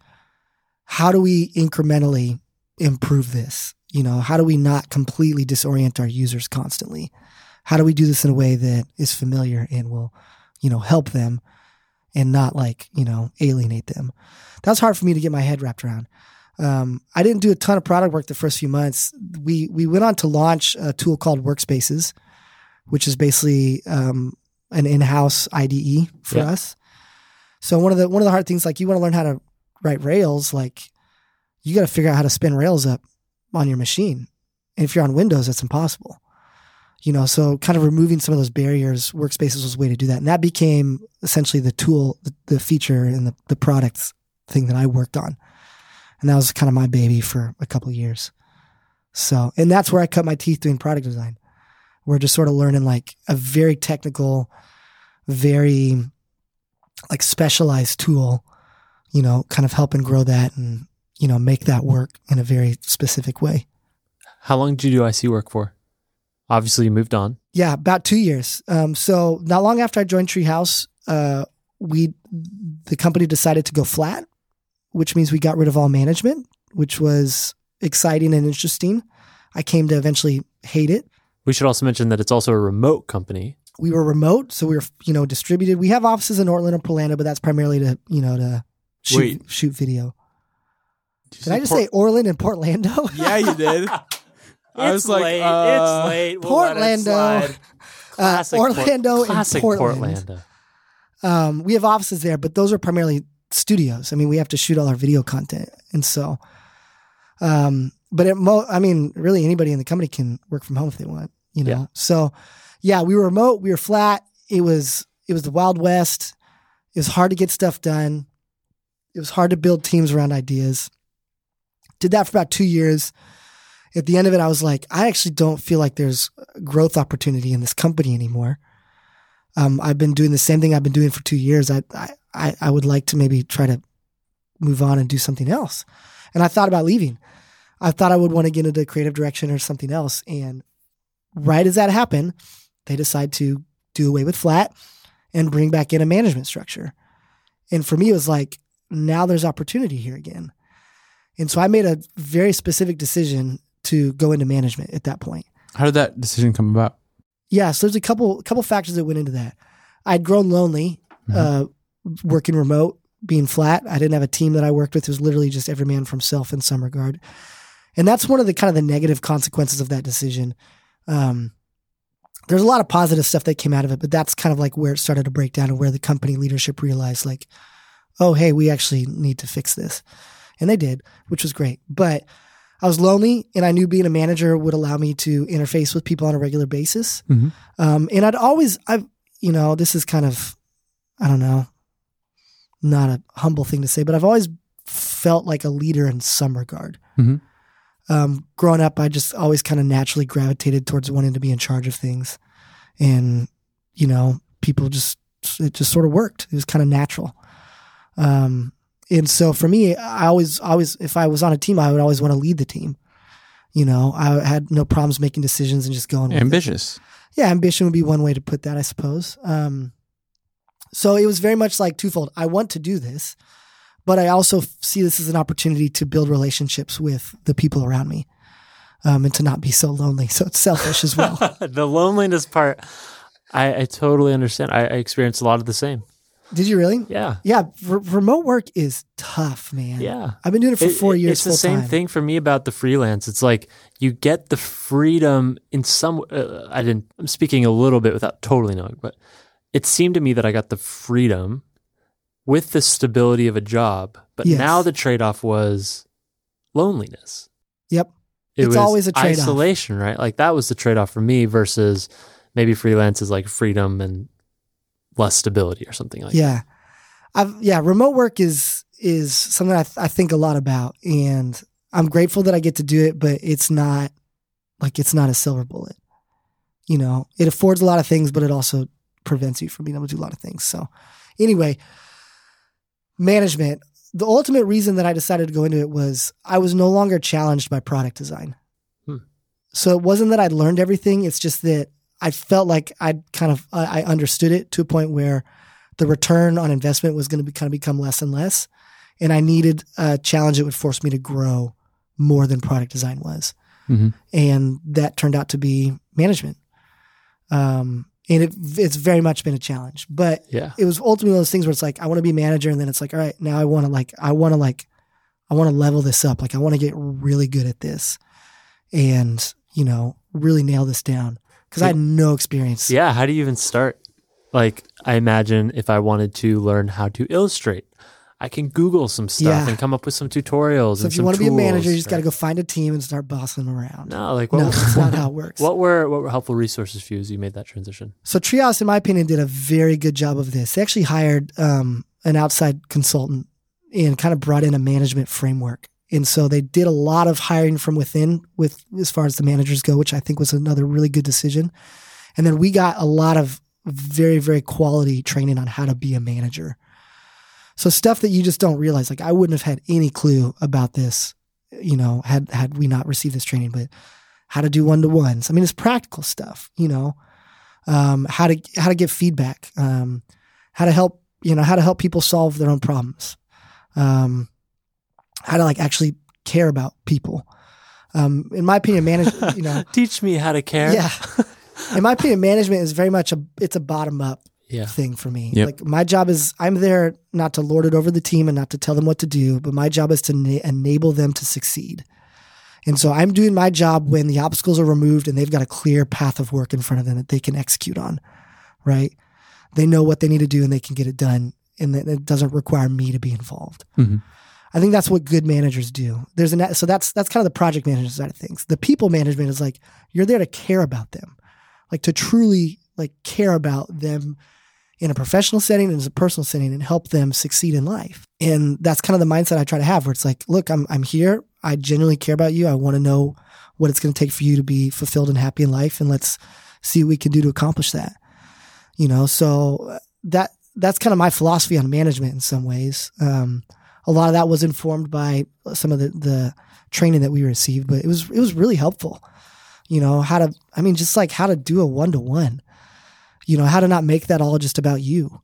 C: how do we incrementally improve this? You know, how do we not completely disorient our users constantly? how do we do this in a way that is familiar and will, you know, help them and not like, you know, alienate them? That was hard for me to get my head wrapped around. Um, I didn't do a ton of product work the first few months. We we went on to launch a tool called Workspaces, which is basically um, an in-house IDE for
B: Yeah.
C: us. So one of the one of the hard things, like you want to learn how to write Rails, like you got to figure out how to spin Rails up on your machine. And if you're on Windows, that's impossible. You know, so kind of removing some of those barriers, Workspaces was a way to do that, and that became essentially the tool, the, the feature, and the the product thing that I worked on and that was kind of my baby for a couple of years. So, and that's where I cut my teeth doing product design. We're just sort of learning like a very technical, very like specialized tool, you know, kind of help and grow that and, you know, make that work in a very specific way.
B: How long did you do IC work for? Obviously, you moved on.
C: Yeah, about two years. Um, so not long after I joined Treehouse, uh, we the company decided to go flat, which means we got rid of all management, which was exciting and interesting. I came to eventually hate it.
B: We should also mention that it's also a remote company.
C: We were remote, so we were you know distributed. We have offices in Orlando and Orlando, but that's primarily to you know to shoot
A: Wait.
C: shoot video.
A: Did you
C: Did I just say Orland and Portlando?
A: Yeah, you did. I was like, uh,
B: late.
C: Portlando. Classic Port- Orlando and
B: classic
C: Oh, Portland.
B: Portlando.
C: um, we have offices there, but those are primarily studios. I mean, we have to shoot all our video content, and so, um, but it mo- I mean, really anybody in the company can work from home if they want, you know.
B: Yeah.
C: So, yeah, we were remote, we were flat. It was it was the wild west. It was hard to get stuff done. It was hard to build teams around ideas. Did that for about two years. At the end of it, I was like, I actually don't feel like there's growth opportunity in this company anymore um, I've been doing the same thing I've been doing for two years. I, I- I, I would like to maybe try to move on and do something else. And I thought about leaving. I thought I would want to get into creative direction or something else. And right as that happened, they decide to do away with flat and bring back in a management structure. And for me, it was like, now there's opportunity here again. And so I made a very specific decision to go into management at that point.
A: how did that decision come about?
C: Yeah, so there's a couple couple factors that went into that. I'd grown lonely, uh, working remote, being flat. I didn't have a team that I worked with. It was literally just every man for himself in some regard, and that's one of the kind of the negative consequences of that decision. Um, there's a lot of positive stuff that came out of it, but that's kind of like where it started to break down and where the company leadership realized, like, oh hey, we actually need to fix this, and they did, which was great. But I was lonely, and I knew being a manager would allow me to interface with people on a regular basis.
A: Mhm.
C: Um, and I'd always, I've, you know, this is kind of, I don't know, not a humble thing to say, but I've always felt like a leader in some regard.
A: Mhm.
C: Um, growing up, I just always kind of naturally gravitated towards wanting to be in charge of things, and you know, people just it just sort of worked. It was kind of natural. Um, and so for me, I always, always, if I was on a team, I would always want to lead the team. You know, I had no problems making decisions and just going. with it.
A: Ambitious.
C: Yeah, ambition would be one way to put that, I suppose. Um, so it was very much like twofold. I want to do this, but I also f- see this as an opportunity to build relationships with the people around me, um, and to not be so lonely. So it's selfish as well.
B: the loneliness part, I, I totally understand. I, I experienced a lot of the same.
C: Did you really?
B: Yeah.
C: Yeah, re- remote work is tough, man.
B: Yeah.
C: I've been doing it for
B: It-
C: four
B: it-
C: years.
B: It's the
C: full
B: same
C: time.
B: thing for me about the freelance. It's like you get the freedom in some. Uh, I didn't. I'm speaking a little bit without totally knowing, but it seemed to me that I got the freedom with the stability of a job. But
C: Yes.
B: now the trade off was loneliness.
C: Yep.
B: It
C: It's
B: was
C: always a trade-off.
B: Isolation, right? Like that was the trade off for me versus maybe freelance is like freedom and less stability or something like
C: yeah i've yeah remote work is is something I, th- I think a lot about and i'm grateful that i get to do it but it's not like it's not a silver bullet you know it affords a lot of things but it also prevents you from being able to do a lot of things so anyway management the ultimate reason that i decided to go into it was i was no longer challenged by product design
B: Hmm.
C: so it wasn't that i'd learned everything it's just that i felt like i'd kind of i, I understood it to a point where the return on investment was going to be kind of become less and less. And I needed a challenge that would force me to grow more than product design was.
A: Mhm.
C: And that turned out to be management. Um, and it, it's very much been a challenge, but
B: Yeah.
C: it was ultimately one of those things where it's like I want to be manager, and then it's like, all right, now I want to like I want to like I want to level this up. Like I want to get really good at this, and you know, really nail this down because I had no experience.
B: Yeah. How do you even start? Like, I imagine if I wanted to learn how to illustrate, I can Google some stuff
C: Yeah.
B: and come up with some tutorials.
C: So
B: and
C: if you
B: some
C: want to be a
B: tools.
C: manager, you just got to go find a team and start bossing them around.
B: No, like what?
C: No, that's not how it works.
B: What were what were helpful resources for you as you made that transition?
C: So Treehouse, in my opinion, did a very good job of this. They actually hired um, an outside consultant and kind of brought in a management framework. And so they did a lot of hiring from within, with as far as the managers go, which I think was another really good decision. And then we got a lot of very, very quality training on how to be a manager. So stuff that you just don't realize. Like I wouldn't have had any clue about this, you know, had had we not received this training. But how to do one to ones. I mean, it's practical stuff, you know um, how to how to get feedback, um, how to help you know how to help people solve their own problems, um, how to like actually care about people. Um, in my opinion, manage you know
B: Teach me how to care.
C: yeah. In my opinion, management is very much a it's a bottom up
B: Yeah.
C: thing for me.
A: Yep.
C: Like my job is I'm there not to lord it over the team and not to tell them what to do, but my job is to na- enable them to succeed. And so I'm doing my job when the obstacles are removed and they've got a clear path of work in front of them that they can execute on, right? They know what they need to do and they can get it done and that it doesn't require me to be involved.
A: Mhm.
C: I think that's what good managers do. There's an so that's that's kind of the project management side of things. The people management is like you're there to care about them. Like to truly like care about them in a professional setting and as a personal setting and help them succeed in life. And that's kind of the mindset I try to have where it's like, look, I'm, I'm here. I genuinely care about you. I want to know what it's going to take for you to be fulfilled and happy in life. And let's see what we can do to accomplish that. You know, so uh, that, that's kind of my philosophy on management in some ways. Um, a lot of that was informed by some of the, the training that we received, but it was, it was really helpful. You know, how to, I mean, just like how to do a one to one you know how to not make that all just about you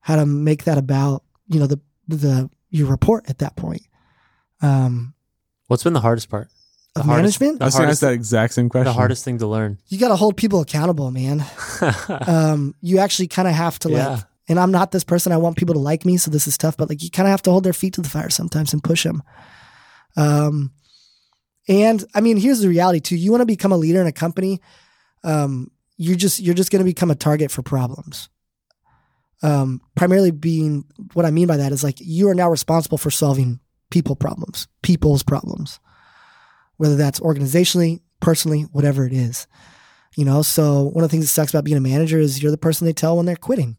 C: how to make that about you know the the your report at that point um
B: What's been the hardest part? The
C: of
B: hardest-
C: management
A: I was going to ask
B: hardest-
A: that exact same question.
B: The hardest thing to learn.
C: you got to hold people accountable man um you actually kind of have to like
B: Yeah.
C: and i'm not this person i want people to like me so this is tough but like you kind of have to hold their feet to the fire sometimes and push them um and i mean here's the reality too you want to become a leader in a company um you're just you're just going to become a target for problems um, primarily being what I mean by that is like you are now responsible for solving people problems, people's problems, whether that's organizationally, personally, whatever it is. You know, so one of the things that sucks about being a manager is you're the person they tell when they're quitting.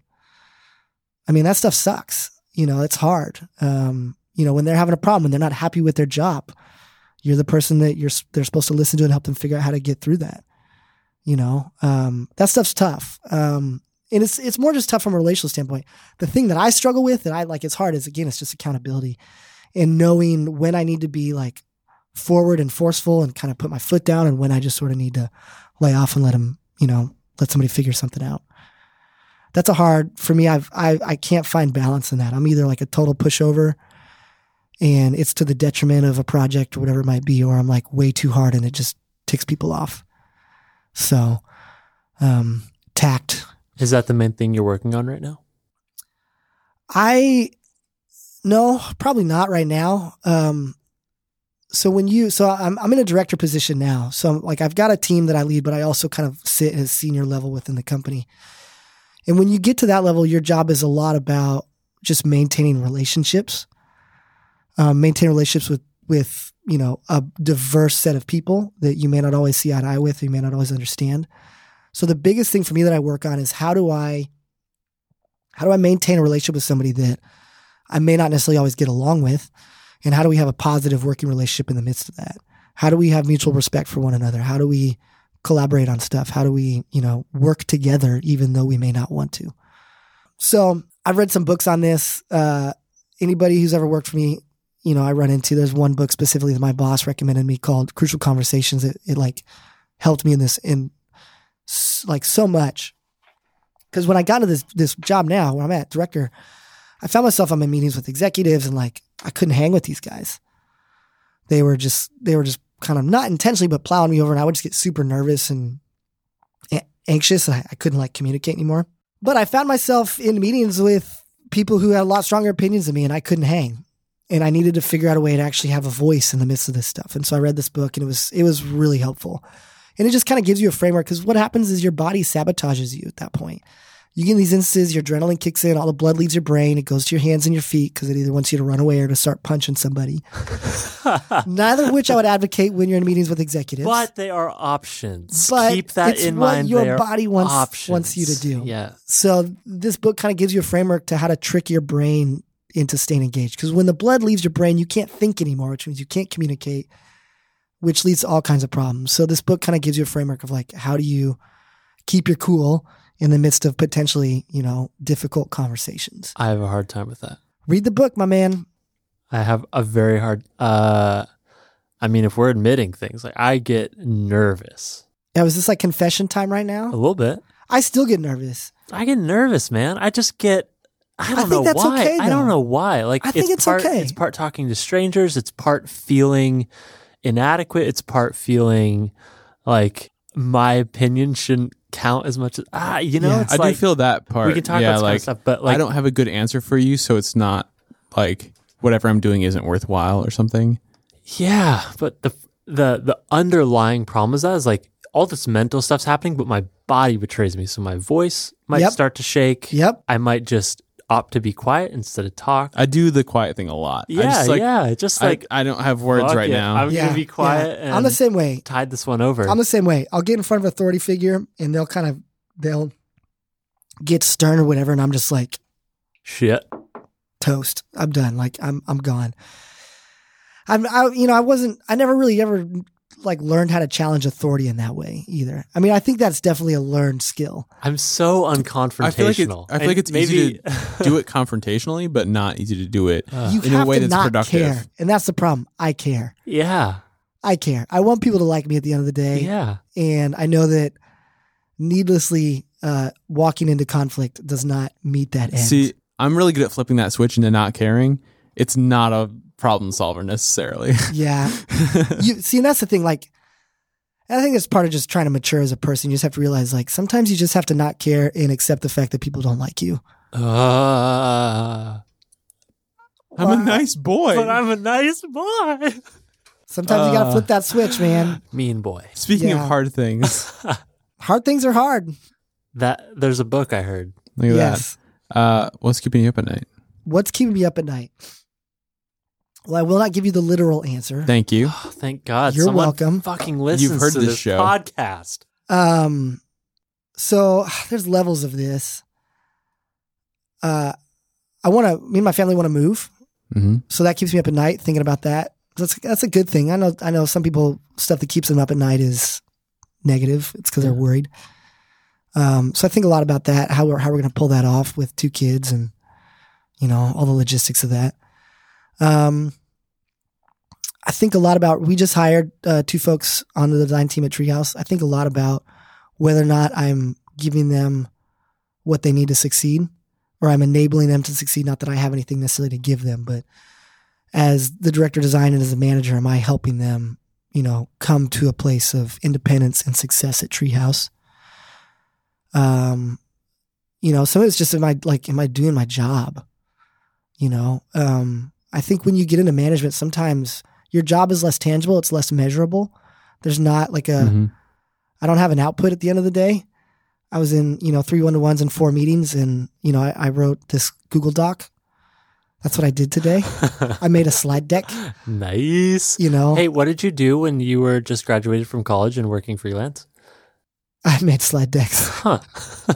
C: I mean, that stuff sucks. You know, it's hard. Um, you know, when they're having a problem, when they're not happy with their job, you're the person that you're they're supposed to listen to and help them figure out how to get through that. You know, um, that stuff's tough. Um, and it's it's more just tough from a relational standpoint. The thing that I struggle with that I like it's hard is again it's just accountability and knowing when I need to be like forward and forceful and kind of put my foot down and when I just sort of need to lay off and let them you know let somebody figure something out. That's a hard for me. I've I I can't find balance in that. I'm either like a total pushover and it's to the detriment of a project or whatever it might be, or I'm like way too hard and it just ticks people off. So um tact
B: Is that the main thing you're working on right now?
C: I no, probably not right now. Um, so when you so I'm I'm in a director position now. So I'm, like I've got a team that I lead, but I also kind of sit at a senior level within the company. And when you get to that level, your job is a lot about just maintaining relationships, um, maintain relationships with with you know a diverse set of people that you may not always see eye to eye with, you may not always understand. So the biggest thing for me that I work on is how do I how do I maintain a relationship with somebody that I may not necessarily always get along with? And how do we have a positive working relationship in the midst of that? How do we have mutual respect for one another? How do we collaborate on stuff? How do we, you know, work together even though we may not want to? So I've read some books on this. Uh, anybody who's ever worked for me, you know, I run into, there's one book specifically that my boss recommended me called Crucial Conversations. It, it like helped me in this, in s- like so much because when I got to this this job now, where I'm at director, I found myself I'm in meetings with executives and like I couldn't hang with these guys. They were just they were just kind of not intentionally but plowing me over, and I would just get super nervous and a- anxious. I, I couldn't like communicate anymore. But I found myself in meetings with people who had a lot stronger opinions than me and I couldn't hang. And I needed to figure out a way to actually have a voice in the midst of this stuff. And so I read this book and it was it was really helpful. And it just kind of gives you a framework because what happens is your body sabotages you at that point. You get in these instances, your adrenaline kicks in, all the blood leaves your brain, it goes to your hands and your feet because it either wants you to run away or to start punching somebody. Neither of which I would advocate when you're in meetings with executives.
B: But they are options.
C: But
B: Keep that
C: it's
B: in
C: what
B: mind.
C: your
B: They are
C: body wants-
B: options.
C: wants you to do.
B: Yeah.
C: So this book kind of gives you a framework to how to trick your brain into staying engaged. Because when the blood leaves your brain, you can't think anymore, which means you can't communicate, which leads to all kinds of problems. So this book kind of gives you a framework of like how do you keep your cool in the midst of potentially, you know, difficult conversations.
B: I have a hard time with that.
C: Read the book, my man.
B: I have a very hard. Uh, I mean, if we're admitting things, like I get nervous
C: Now, is this like confession time right
B: a
C: now?
B: little bit.
C: I still get nervous.
B: I get nervous, man. I just get. I don't
C: think
B: know
C: that's
B: why.
C: okay,
B: I don't
C: though.
B: know why. Like
C: I think it's
B: part,
C: okay.
B: It's part talking to strangers. It's part feeling inadequate. It's part feeling like my opinion shouldn't count as much as ah. You know,
C: Yeah.
B: it's
A: I
B: like
A: do feel that part.
B: we can talk
A: yeah,
B: about this
A: like,
B: kind of stuff, but like
A: I don't have a good answer for you, so it's not like whatever I'm doing isn't worthwhile or something.
B: Yeah, but the the the underlying problem is that is like all this mental stuff's happening, but my body betrays me. So my voice might
C: Yep.
B: start to shake.
C: Yep.
B: I might just opt to be quiet instead of talk.
A: I do the quiet thing a lot. I
B: yeah,
A: just, like,
B: yeah. It's just
A: I,
B: like
A: I don't have words
B: fuck
A: right
B: it.
A: now.
B: I'm gonna be quiet
C: I'm
B: and
C: the same way.
B: tide this one over.
C: I'm the same way. I'll get in front of an authority figure and they'll kind of they'll get stern or whatever, and I'm just like
B: Shit.
C: toast. I'm done. Like I'm I'm gone. I'm I you know I wasn't I never really ever like learned how to challenge authority in that way either. I mean I think that's definitely a learned skill.
B: I'm so unconfrontational.
A: I feel like it's, I feel like it's easy to do it confrontationally, but not easy to do it.
B: Uh,
C: you
A: in a
C: have
A: way
C: to
A: that's
C: not
A: productive.
C: care, and that's the problem. I care.
B: yeah.
C: I care. I want people to like me at the end of the day,
B: Yeah.
C: and I know that needlessly uh, walking into conflict does not meet that end.
A: See, I'm really good at flipping that switch into not caring. It's not a problem solver necessarily.
C: Yeah. you see, and that's the thing. Like, and I think that's part of just trying to mature as a person. You just have to realize, like, sometimes you just have to not care and accept the fact that people don't like you.
B: Uh,
A: I'm a nice boy.
B: but I'm a nice boy.
C: Sometimes you gotta
B: Uh.
C: flip that switch, man.
B: mean boy.
A: Speaking
C: Yeah.
A: of hard things,
C: Hard things are hard.
B: That there's a book I heard.
A: look at
C: yes.
A: that. Uh, what's keeping you up at night?
C: What's keeping me up at night? Well, I will not give you the literal answer.
A: Thank you.
B: Oh, thank God.
C: You're
B: someone
C: welcome.
B: Fucking listens
A: You've heard
B: to
A: this
B: this,
A: show.
B: podcast.
C: Um, so there's levels of this. Uh, I want to. Me and my family want to move.
A: hmm
C: so that keeps me up at night thinking about that. That's that's a good thing. I know I know some people stuff that keeps them up at night is negative. It's because they're
B: Yeah.
C: worried. Um, so I think a lot about that. How we're how we're going to pull that off with two kids and you know all the logistics of that. Um, I think a lot about. We just hired uh, two folks on the design team at Treehouse. I think a lot about whether or not I'm giving them what they need to succeed, or I'm enabling them to succeed. Not that I have anything necessarily to give them, but as the director of design and as a manager, am I helping them, you know, come to a place of independence and success at Treehouse? Um, you know, some of it's just am I like am I doing my job? You know, um, I think when you get into management, sometimes your job is less tangible, it's less measurable. There's not like a
A: Mhm.
C: I don't have an output at the end of the day. I was in, you know, three one to ones and four meetings, and you know, I, I wrote this Google Doc. That's what I did today. I made a slide deck.
B: nice.
C: You know,
B: Hey, what did you do when you were just graduated from college and working freelance?
C: I made slide decks.
B: Huh.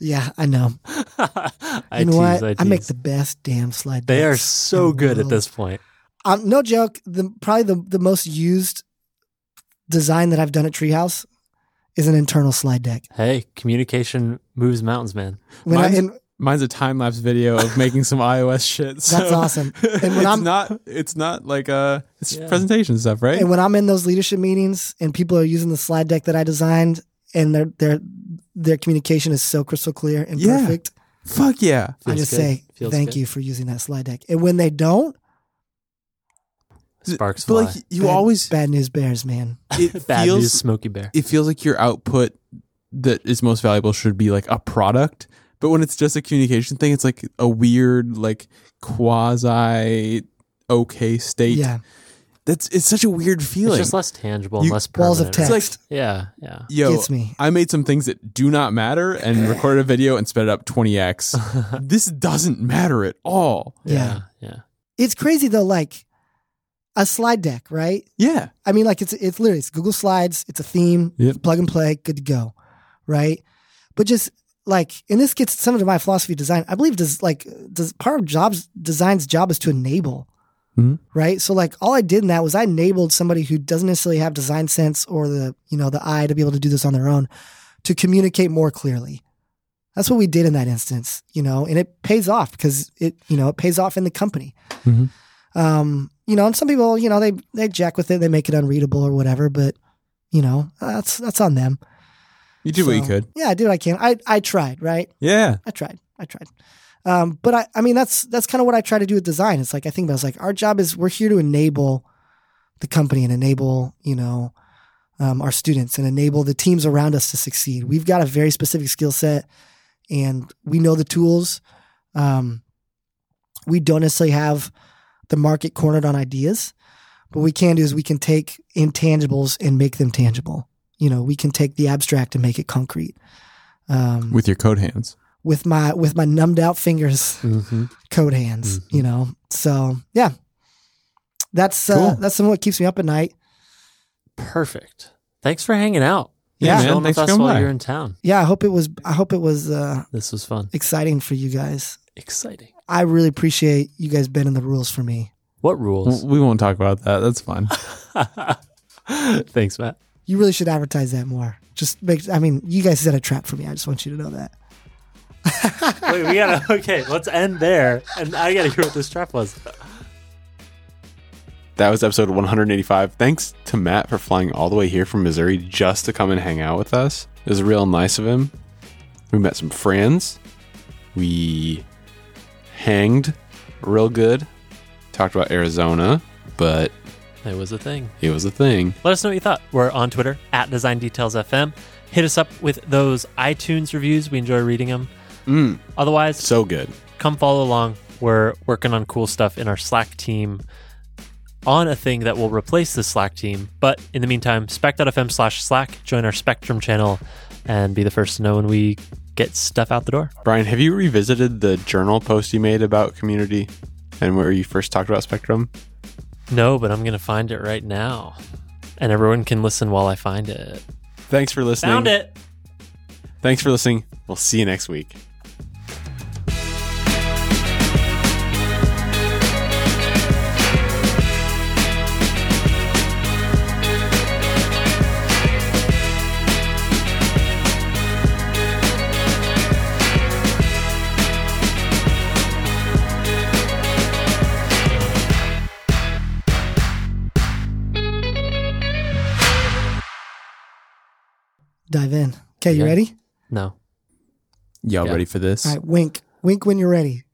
C: Yeah, I know.
B: I
C: you know
B: tease,
C: what?
B: I,
C: I make
B: tease.
C: the best damn slide decks.
B: They are so
C: in the
B: good at
C: world.
B: this point.
C: Um, no joke. The probably the the most used design that I've done at Treehouse is an internal slide deck.
B: Hey, communication moves mountains, man.
C: When I,
A: Mine's-
C: and
A: Mine's a time lapse video of making some iOS shit. So
C: that's awesome. And when
A: it's
C: I'm
A: not. It's not like uh, it's
B: Yeah.
A: presentation stuff, right?
C: And when I'm in those leadership meetings and people are using the slide deck that I designed and their their their communication is so crystal clear and
A: Yeah.
C: perfect,
A: Fuck yeah.
C: I
B: Feels
C: just
B: good.
C: say
B: Feels
C: thank
B: good.
C: you for using that slide deck. And when they don't,
B: Sparks
A: But
B: fly.
A: like you
C: bad,
A: always
C: bad news bears, man.
A: it
B: Bad
A: feels
B: news, Smoky Bear.
A: it feels like your output that is most valuable should be like a product. But when it's just a communication thing, it's like a weird, like quasi okay state.
C: yeah,
A: That's it's such a weird
B: It's
A: feeling.
B: just less tangible and
A: You-
B: less permanent.
C: walls of
A: It's
C: text.
A: like-
B: Yeah, yeah.
A: Yo,
C: Gets me.
A: I made some things that do not matter and recorded a video and sped it up 20x. this doesn't matter at all.
C: yeah.
B: Yeah, yeah.
C: It's crazy though. Like a slide deck, right?
A: Yeah.
C: I mean, like it's it's literally it's Google Slides. It's a theme.
A: Yep.
C: Plug and play. Good to go, right? But just like, and this gets some of my philosophy of design. I believe does like does part of jobs design's job is to enable,
A: Mhm.
C: right? So like, all I did in that was I enabled somebody who doesn't necessarily have design sense or the you know the eye to be able to do this on their own to communicate more clearly. That's what we did in that instance, you know, and it pays off because it you know it pays off in the company um, you know, and some people, you know, they they jack with it, they make it unreadable or whatever, but you know, that's that's on them.
A: You did what you
C: So,
A: could.
C: Yeah, I did what I can. I I tried, right?
A: Yeah.
C: I tried. I tried. Um, but I, I mean, that's that's kind of what I try to do with design. It's like I think about it, it's like our job is we're here to enable the company and enable you know um, our students and enable the teams around us to succeed. We've got a very specific skill set, and we know the tools. Um, we don't necessarily have the market cornered on ideas, but we can do is we can take intangibles and make them tangible. You know, we can take the abstract and make it concrete. Um,
A: With your code hands.
C: with my with my numbed out fingers
B: Mm-hmm.
C: code hands
B: Mhm.
C: you know so yeah that's uh,
A: Cool.
C: that's something what keeps me up at night
B: Perfect. Thanks for hanging out.
A: Yeah, man.
B: Chilling
A: Thanks for
B: with us
A: coming
B: while
A: by.
B: you're in town.
C: yeah i hope it was i hope it was uh
B: This was fun.
C: exciting for you guys
B: Exciting.
C: i really appreciate you guys bending the rules for me
B: What rules?
A: We won't talk about that. That's fun.
B: Thanks, Matt.
C: you really should advertise that more just make i mean you guys set a trap for me i just want you to know that
B: Wait, we gotta. Okay, let's end there. And I gotta hear what this trap was.
D: That was episode 185. Thanks to Matt for flying all the way here from Missouri just to come and hang out with us. It was real nice of him. We met some friends. We hanged real good. Talked about Arizona, but
B: It was a thing.
D: it was a thing.
B: Let us know what you thought. We're on Twitter at Design Details FM. Hit us up with those iTunes reviews. We enjoy reading them. Mm. Otherwise,
D: So good.
B: come follow along. We're working on cool stuff in our Slack team on a thing that will replace the Slack team. But in the meantime, spec.fm slash Slack, join our Spectrum channel and be the first to know when we get stuff out the door.
D: Brian, have you revisited the journal post you made about community and where you first talked about Spectrum?
B: No, but I'm going to find it right now. And everyone can listen while I find it.
D: Thanks for listening.
B: Found it.
D: Thanks for listening. We'll see you next week.
C: dive in okay you
B: Yeah.
C: ready
B: No.
A: Y'all
B: Yeah.
A: ready for this?
C: all right wink wink when you're ready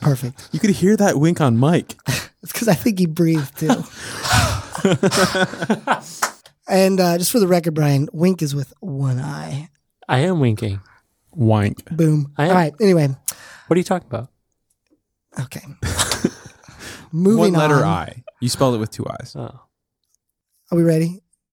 C: perfect
A: You could hear that wink on Mike.
C: it's because i think he breathed too and uh, just for the record brian wink is with one eye
B: I am winking.
A: Wink.
C: Boom.
B: I am-
C: All right. Anyway,
B: What are you talking about?
C: okay.
A: One
C: Moving
A: letter
C: on.
A: I. You spelled it with two eyes.
B: Oh.
C: Are we ready?